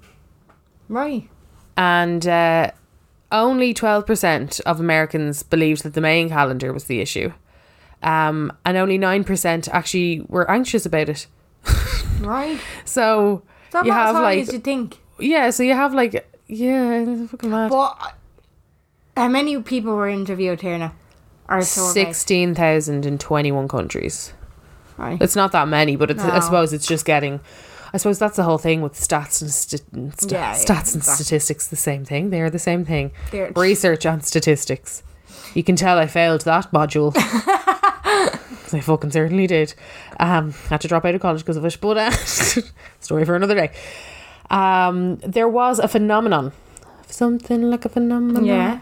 Speaker 1: Right.
Speaker 2: and uh, only twelve percent of Americans believed that the Mayan calendar was the issue, um, and only nine percent actually were anxious about it.
Speaker 1: Right.
Speaker 2: So
Speaker 1: So
Speaker 2: you
Speaker 1: not as
Speaker 2: have
Speaker 1: high
Speaker 2: like
Speaker 1: as you think.
Speaker 2: yeah, so you have like yeah, it's fucking mad.
Speaker 1: But uh, how many people were interviewed here now? Or surveyed?
Speaker 2: Sixteen thousand in twenty-one countries.
Speaker 1: Right.
Speaker 2: It's not that many, but it's, I
Speaker 1: No.
Speaker 2: suppose it's just getting. I suppose that's the whole thing with stats and, sti- and sta-
Speaker 1: Yeah, yeah,
Speaker 2: stats and
Speaker 1: exactly.
Speaker 2: statistics. The same thing. They are the same thing.
Speaker 1: They're-
Speaker 2: Research and statistics. You can tell I failed that module. 'Cause I fucking certainly did. Um, had to drop out of college because of it. But uh, story for another day. Um, there was a phenomenon, something like a phenomenon
Speaker 1: Yeah.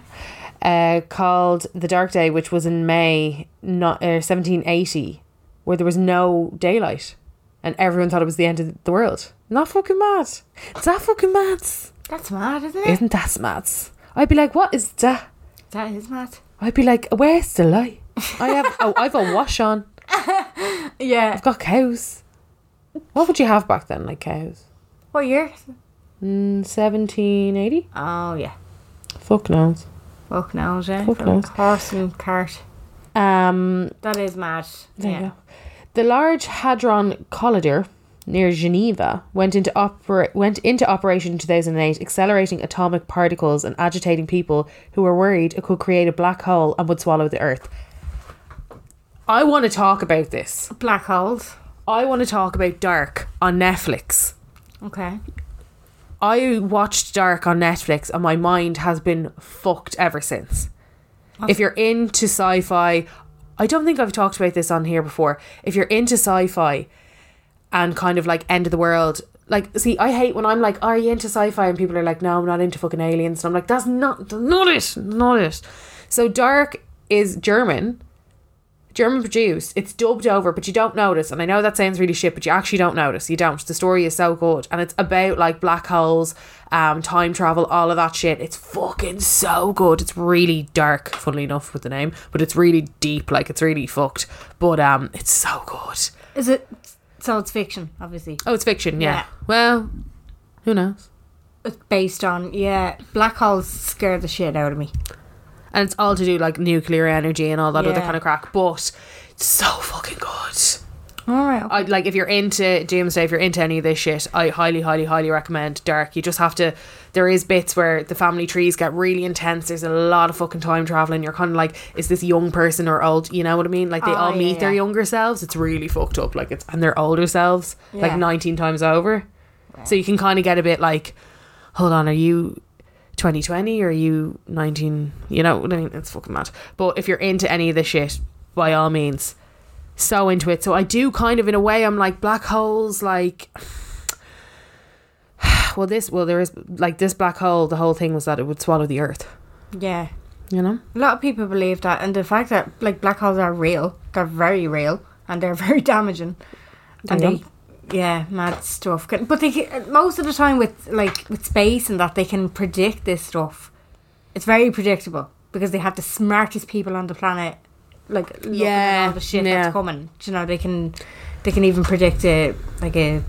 Speaker 2: uh, called The Dark Day, which was in May not, uh, 1780, where there was no daylight and everyone thought it was the end of the world. Not fucking mad. It's that fucking mad.
Speaker 1: That's mad, isn't it?
Speaker 2: Isn't that mad? I'd be like, what is that?
Speaker 1: That is mad.
Speaker 2: I'd be like, where's the light? I have, oh, I've a wash on.
Speaker 1: Yeah.
Speaker 2: I've got cows. What would you have back then, like cows?
Speaker 1: What year?
Speaker 2: Mm, 1780?
Speaker 1: Oh yeah.
Speaker 2: Fuck knows.
Speaker 1: Fuck knows, yeah.
Speaker 2: Fuck knows.
Speaker 1: Horse and cart.
Speaker 2: Um,
Speaker 1: That is mad.
Speaker 2: There
Speaker 1: yeah.
Speaker 2: you go. The Large Hadron Collider near Geneva went into opera- went into operation in 2008, accelerating atomic particles and agitating people who were worried it could create a black hole and would swallow the Earth. I want to talk about this.
Speaker 1: Black holes.
Speaker 2: I want to talk about Dark on Netflix.
Speaker 1: Okay.
Speaker 2: I watched Dark on Netflix and my mind has been fucked ever since. If you're into sci fi, I don't think I've talked about this on here before. If you're into sci fi and kind of like end of the world, like, see, I hate when I'm like, are you into sci fi? And people are like, no, I'm not into fucking aliens. And I'm like, that's not, not it, not it. So Dark is German. German produced. It's dubbed over, but you don't notice. And I know that sounds really shit, but you actually don't notice. You don't. The story is so good, and it's about like black holes, um, time travel, all of that shit. It's fucking so good. It's really dark, funnily enough, with the name, but it's really deep. Like it's really fucked, but um, it's so good.
Speaker 1: Is it? So it's fiction, obviously.
Speaker 2: Oh, it's fiction. Yeah.
Speaker 1: Yeah.
Speaker 2: Well, who knows?
Speaker 1: It's based on yeah. Black holes scare the shit out of me.
Speaker 2: And it's all to do like nuclear energy and all that other
Speaker 1: Yeah.
Speaker 2: kind of crack, but it's so fucking good.
Speaker 1: All right.
Speaker 2: I, like if you're into doomsday, if you're into any of this shit, I highly, highly, highly recommend Dark. You just have to. There is bits where the family trees get really intense. There's a lot of fucking time traveling. You're kind of like, is this young person or old? You know what I mean? Like they
Speaker 1: Oh,
Speaker 2: all
Speaker 1: yeah,
Speaker 2: meet their
Speaker 1: yeah.
Speaker 2: younger selves. It's really fucked up. Like it's and their older selves, like
Speaker 1: Yeah.
Speaker 2: 19 times over. So you can kind of get a bit like, hold on, are you 2020 or are you 19? You know what I mean? It's fucking mad. But if you're into any of this shit, by all means, so into it. So I do kind of, in a way, I'm like black holes, like. Well, this, well, there is, like, this black hole, the whole thing was that it would swallow the earth,
Speaker 1: yeah.
Speaker 2: you know?
Speaker 1: A lot of people believe that, and the fact that like black holes are real, they're very real, and they're very damaging. And
Speaker 2: They
Speaker 1: they, yeah, mad stuff. Can- But they ca- most of the time with like with space and that they can predict this stuff. It's very predictable because they have the smartest people on the planet, like looking
Speaker 2: Yeah,
Speaker 1: at all the shit
Speaker 2: yeah.
Speaker 1: that's coming. Do you know, they can they can even predict a like a.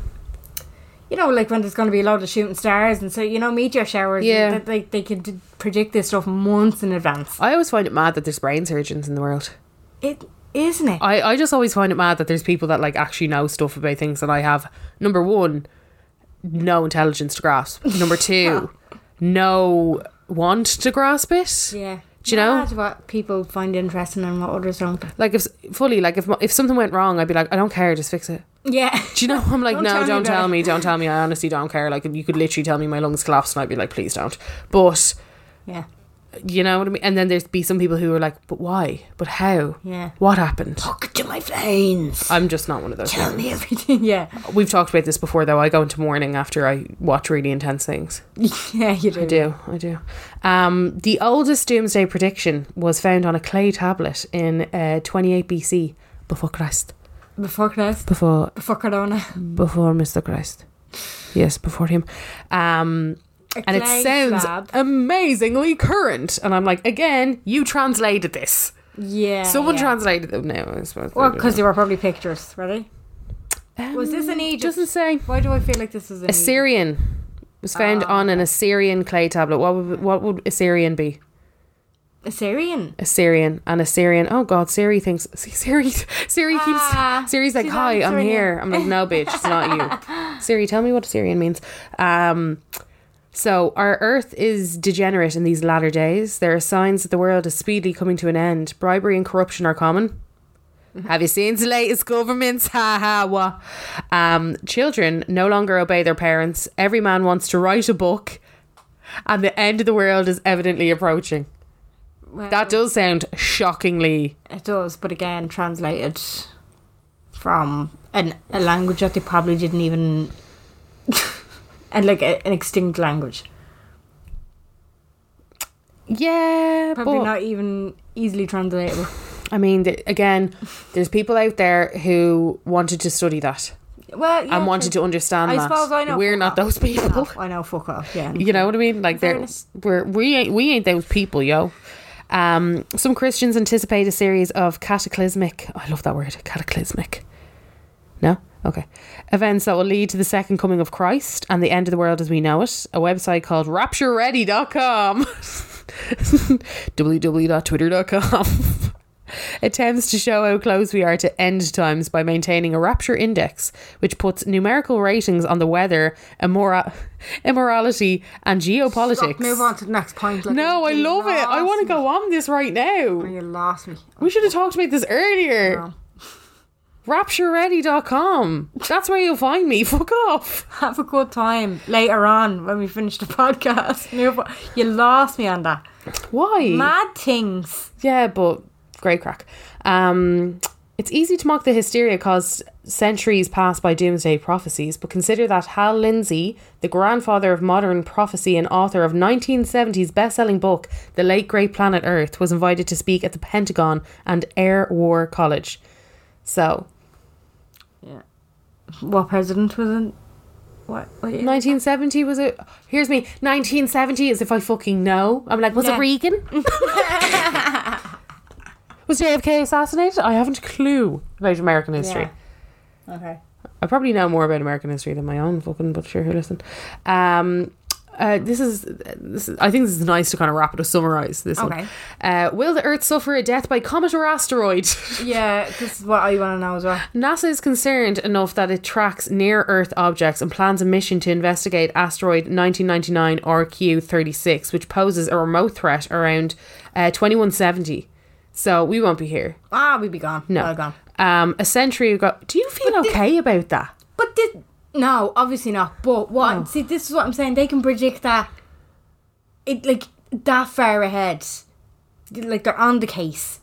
Speaker 1: You know, like when there's going to be a load of shooting stars, and so you know, meteor showers.
Speaker 2: Yeah.
Speaker 1: that they, they can d- predict this stuff months in advance.
Speaker 2: I always find it mad that there's brain surgeons in the world.
Speaker 1: It isn't it.
Speaker 2: I, I just always find it mad that there's people that like actually know stuff about things that I have. Number one, no intelligence to grasp. Number two, no want to grasp it.
Speaker 1: yeah.
Speaker 2: Do you know?
Speaker 1: Mad what people find interesting and what others don't?
Speaker 2: Like if fully like if if something went wrong, I'd be like, I don't care, just fix it.
Speaker 1: Yeah.
Speaker 2: Do you know? I'm like,
Speaker 1: Don't
Speaker 2: no,
Speaker 1: tell me
Speaker 2: don't
Speaker 1: about
Speaker 2: tell
Speaker 1: it."
Speaker 2: me, don't tell me. I honestly don't care. Like you could literally tell me my lungs collapsed, and I'd be like, please don't. But
Speaker 1: Yeah.
Speaker 2: you know what I mean. And then there'd be some people who are like, but why? But how?
Speaker 1: Yeah.
Speaker 2: What happened?
Speaker 1: Look into my veins.
Speaker 2: I'm just not one of those. people.
Speaker 1: Tell me everything. Yeah.
Speaker 2: We've talked about this before, though. I go into mourning after I watch really intense things.
Speaker 1: Yeah, you
Speaker 2: I do, I do. Um, the oldest doomsday prediction was found on a clay tablet in uh, 28 BC, before Christ,
Speaker 1: Before Christ.
Speaker 2: before
Speaker 1: Before Corona.
Speaker 2: before Mr. Christ. Yes, before him. Um, and it
Speaker 1: clay
Speaker 2: sounds
Speaker 1: slab.
Speaker 2: amazingly current. And I'm like, again, you translated this.
Speaker 1: Yeah.
Speaker 2: Someone
Speaker 1: yeah.
Speaker 2: translated them now, I suppose.
Speaker 1: Well, because there were probably pictures. Ready?
Speaker 2: Um,
Speaker 1: Was this in Egypt?
Speaker 2: Doesn't say.
Speaker 1: Why do I feel like this was in Egypt?
Speaker 2: Assyrian was found
Speaker 1: Oh,
Speaker 2: on an Assyrian clay tablet. What would, what would Assyrian be?
Speaker 1: Assyrian?
Speaker 2: Assyrian and Assyrian. Oh God, Siri thinks see, Siri. Siri keeps
Speaker 1: Ah,
Speaker 2: Siri's like,
Speaker 1: she's
Speaker 2: "Hi, I'm
Speaker 1: answering
Speaker 2: here."
Speaker 1: you.
Speaker 2: I'm like, "No, bitch, it's not you." Siri, tell me what Assyrian means. Um, so our Earth is degenerate in these latter days. There are signs that the world is speedily coming to an end. Bribery and corruption are common.
Speaker 1: Mm-hmm.
Speaker 2: Have you seen the latest governments? Ha ha wah. Um, children no longer obey their parents. Every man wants to write a book, and the end of the world is evidently approaching.
Speaker 1: Well,
Speaker 2: That does sound shockingly.
Speaker 1: It does, but again, translated from an, a language that they probably didn't even. and like a, an extinct language.
Speaker 2: Yeah,
Speaker 1: Probably
Speaker 2: but
Speaker 1: not even easily translatable.
Speaker 2: I mean, th- again, there's people out there who wanted to study that
Speaker 1: Well, yeah,
Speaker 2: and wanted
Speaker 1: true.
Speaker 2: to understand
Speaker 1: I
Speaker 2: that.
Speaker 1: suppose I know.
Speaker 2: We're
Speaker 1: fuck
Speaker 2: not
Speaker 1: off.
Speaker 2: those people.
Speaker 1: No, I know, fuck off, yeah.
Speaker 2: You know what I mean? Like they're,
Speaker 1: fairness.
Speaker 2: we're we ain't we ain't those people, yo. Um, some Christians anticipate a series of cataclysmic. I love that word, cataclysmic. No, okay. Events that will lead to the second coming of Christ and the end of the world as we know it. A website called RaptureReady.com, www.twitter.com, attempts to show how close we are to end times by maintaining a rapture index, which puts numerical ratings on the weather, immora- immorality, and geopolitics.
Speaker 1: Stop, move on to the next point. like,
Speaker 2: No, I
Speaker 1: you
Speaker 2: love it. I
Speaker 1: lost
Speaker 2: want to
Speaker 1: me. Oh,
Speaker 2: go on this right now.
Speaker 1: You lost me.
Speaker 2: We should have talked about this earlier. RaptureReady.com. That's where you'll find me. Fuck off.
Speaker 1: Have a good time later on when we finish the podcast. Move on. You lost me on that.
Speaker 2: Why?
Speaker 1: Mad things.
Speaker 2: Yeah, but great crack. Um, it's easy to mock the hysteria caused centuries past by doomsday prophecies, but consider that Hal Lindsey, the grandfather of modern prophecy and author of 1970's best-selling book *The Late Great Planet Earth*, was invited to speak at the Pentagon and Air War College. So,
Speaker 1: What president was in? What? what year?
Speaker 2: 1970 was it? Here's me. 1970 is if I fucking know. I'm like, was
Speaker 1: Yeah.
Speaker 2: it Reagan? was JFK assassinated? I haven't a clue about American history.
Speaker 1: Okay.
Speaker 2: I probably know more about American history than my own fucking but sure who listen. Um uh, this is this is, I think this is nice to kind of wrap it up, summarize this
Speaker 1: Okay.
Speaker 2: one. Uh, will the Earth suffer a death by comet or asteroid?
Speaker 1: Yeah, this is what I want to know as well.
Speaker 2: NASA is concerned enough that it tracks near Earth objects and plans a mission to investigate asteroid 1999 RQ36, which poses a remote threat around uh, 2170. So we won't be here.
Speaker 1: Ah, we'd be gone.
Speaker 2: No.
Speaker 1: Well gone.
Speaker 2: Um, a century ago. Do you feel okay about that?
Speaker 1: But this, no, obviously not. But what? I'm- See, this is what I'm saying. They can predict that. It like that far ahead, like they're on the case.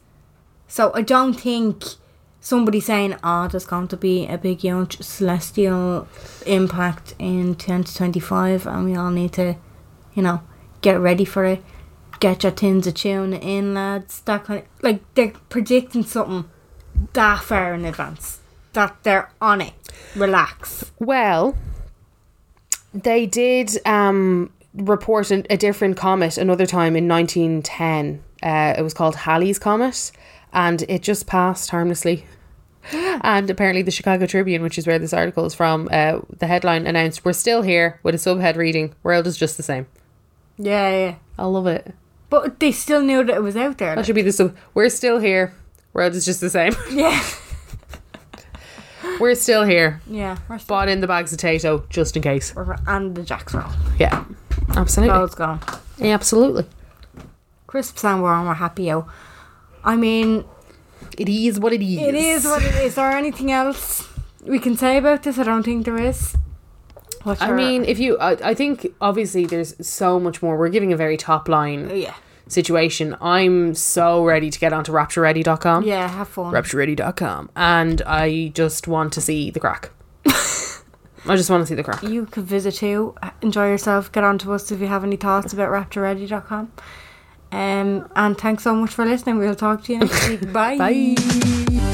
Speaker 1: So I don't think somebody saying, "Oh, there's going to be a big huge celestial impact in 2025, and we all need to, you know, get ready for it." Get your tins of tuna in, lads. That kind of like they're predicting something that far in advance. That they're on it. Relax.
Speaker 2: Well, they did um, report an, a different comet another time in 1910. Uh, it was called Halley's Comet, and it just passed harmlessly. And apparently, the Chicago Tribune, which is where this article is from, uh, the headline announced, We're still here with a subhead reading, World is just the same.
Speaker 1: Yeah, yeah.
Speaker 2: I love it.
Speaker 1: But they still knew that it was out there.
Speaker 2: That
Speaker 1: like-
Speaker 2: should be the sub. We're still here World is just the same.
Speaker 1: Yeah.
Speaker 2: We're still here.
Speaker 1: Yeah. we're still-
Speaker 2: Bought in the bags of potato just in case.
Speaker 1: we're- And the Jack's roll.
Speaker 2: Yeah. Absolutely.
Speaker 1: Gold's gone.
Speaker 2: Yeah, absolutely.
Speaker 1: Crisps and warm were happy oh. I mean,
Speaker 2: It is what it is.
Speaker 1: it is what it is. Is there anything else we can say about this? I don't think there is. What's
Speaker 2: I
Speaker 1: your-
Speaker 2: mean, if you, I, I think obviously there's so much more. We're giving a very top line
Speaker 1: yeah.
Speaker 2: situation. I'm so ready to get onto raptureready.com.
Speaker 1: Yeah, have fun.
Speaker 2: Raptureready.com. And I just want to see the crack. I just want to see the crack.
Speaker 1: you could visit too. Enjoy yourself. Get on to us if you have any thoughts about raptorready.com. Um, and thanks so much for listening. We'll talk to you next week. Bye.
Speaker 2: Bye.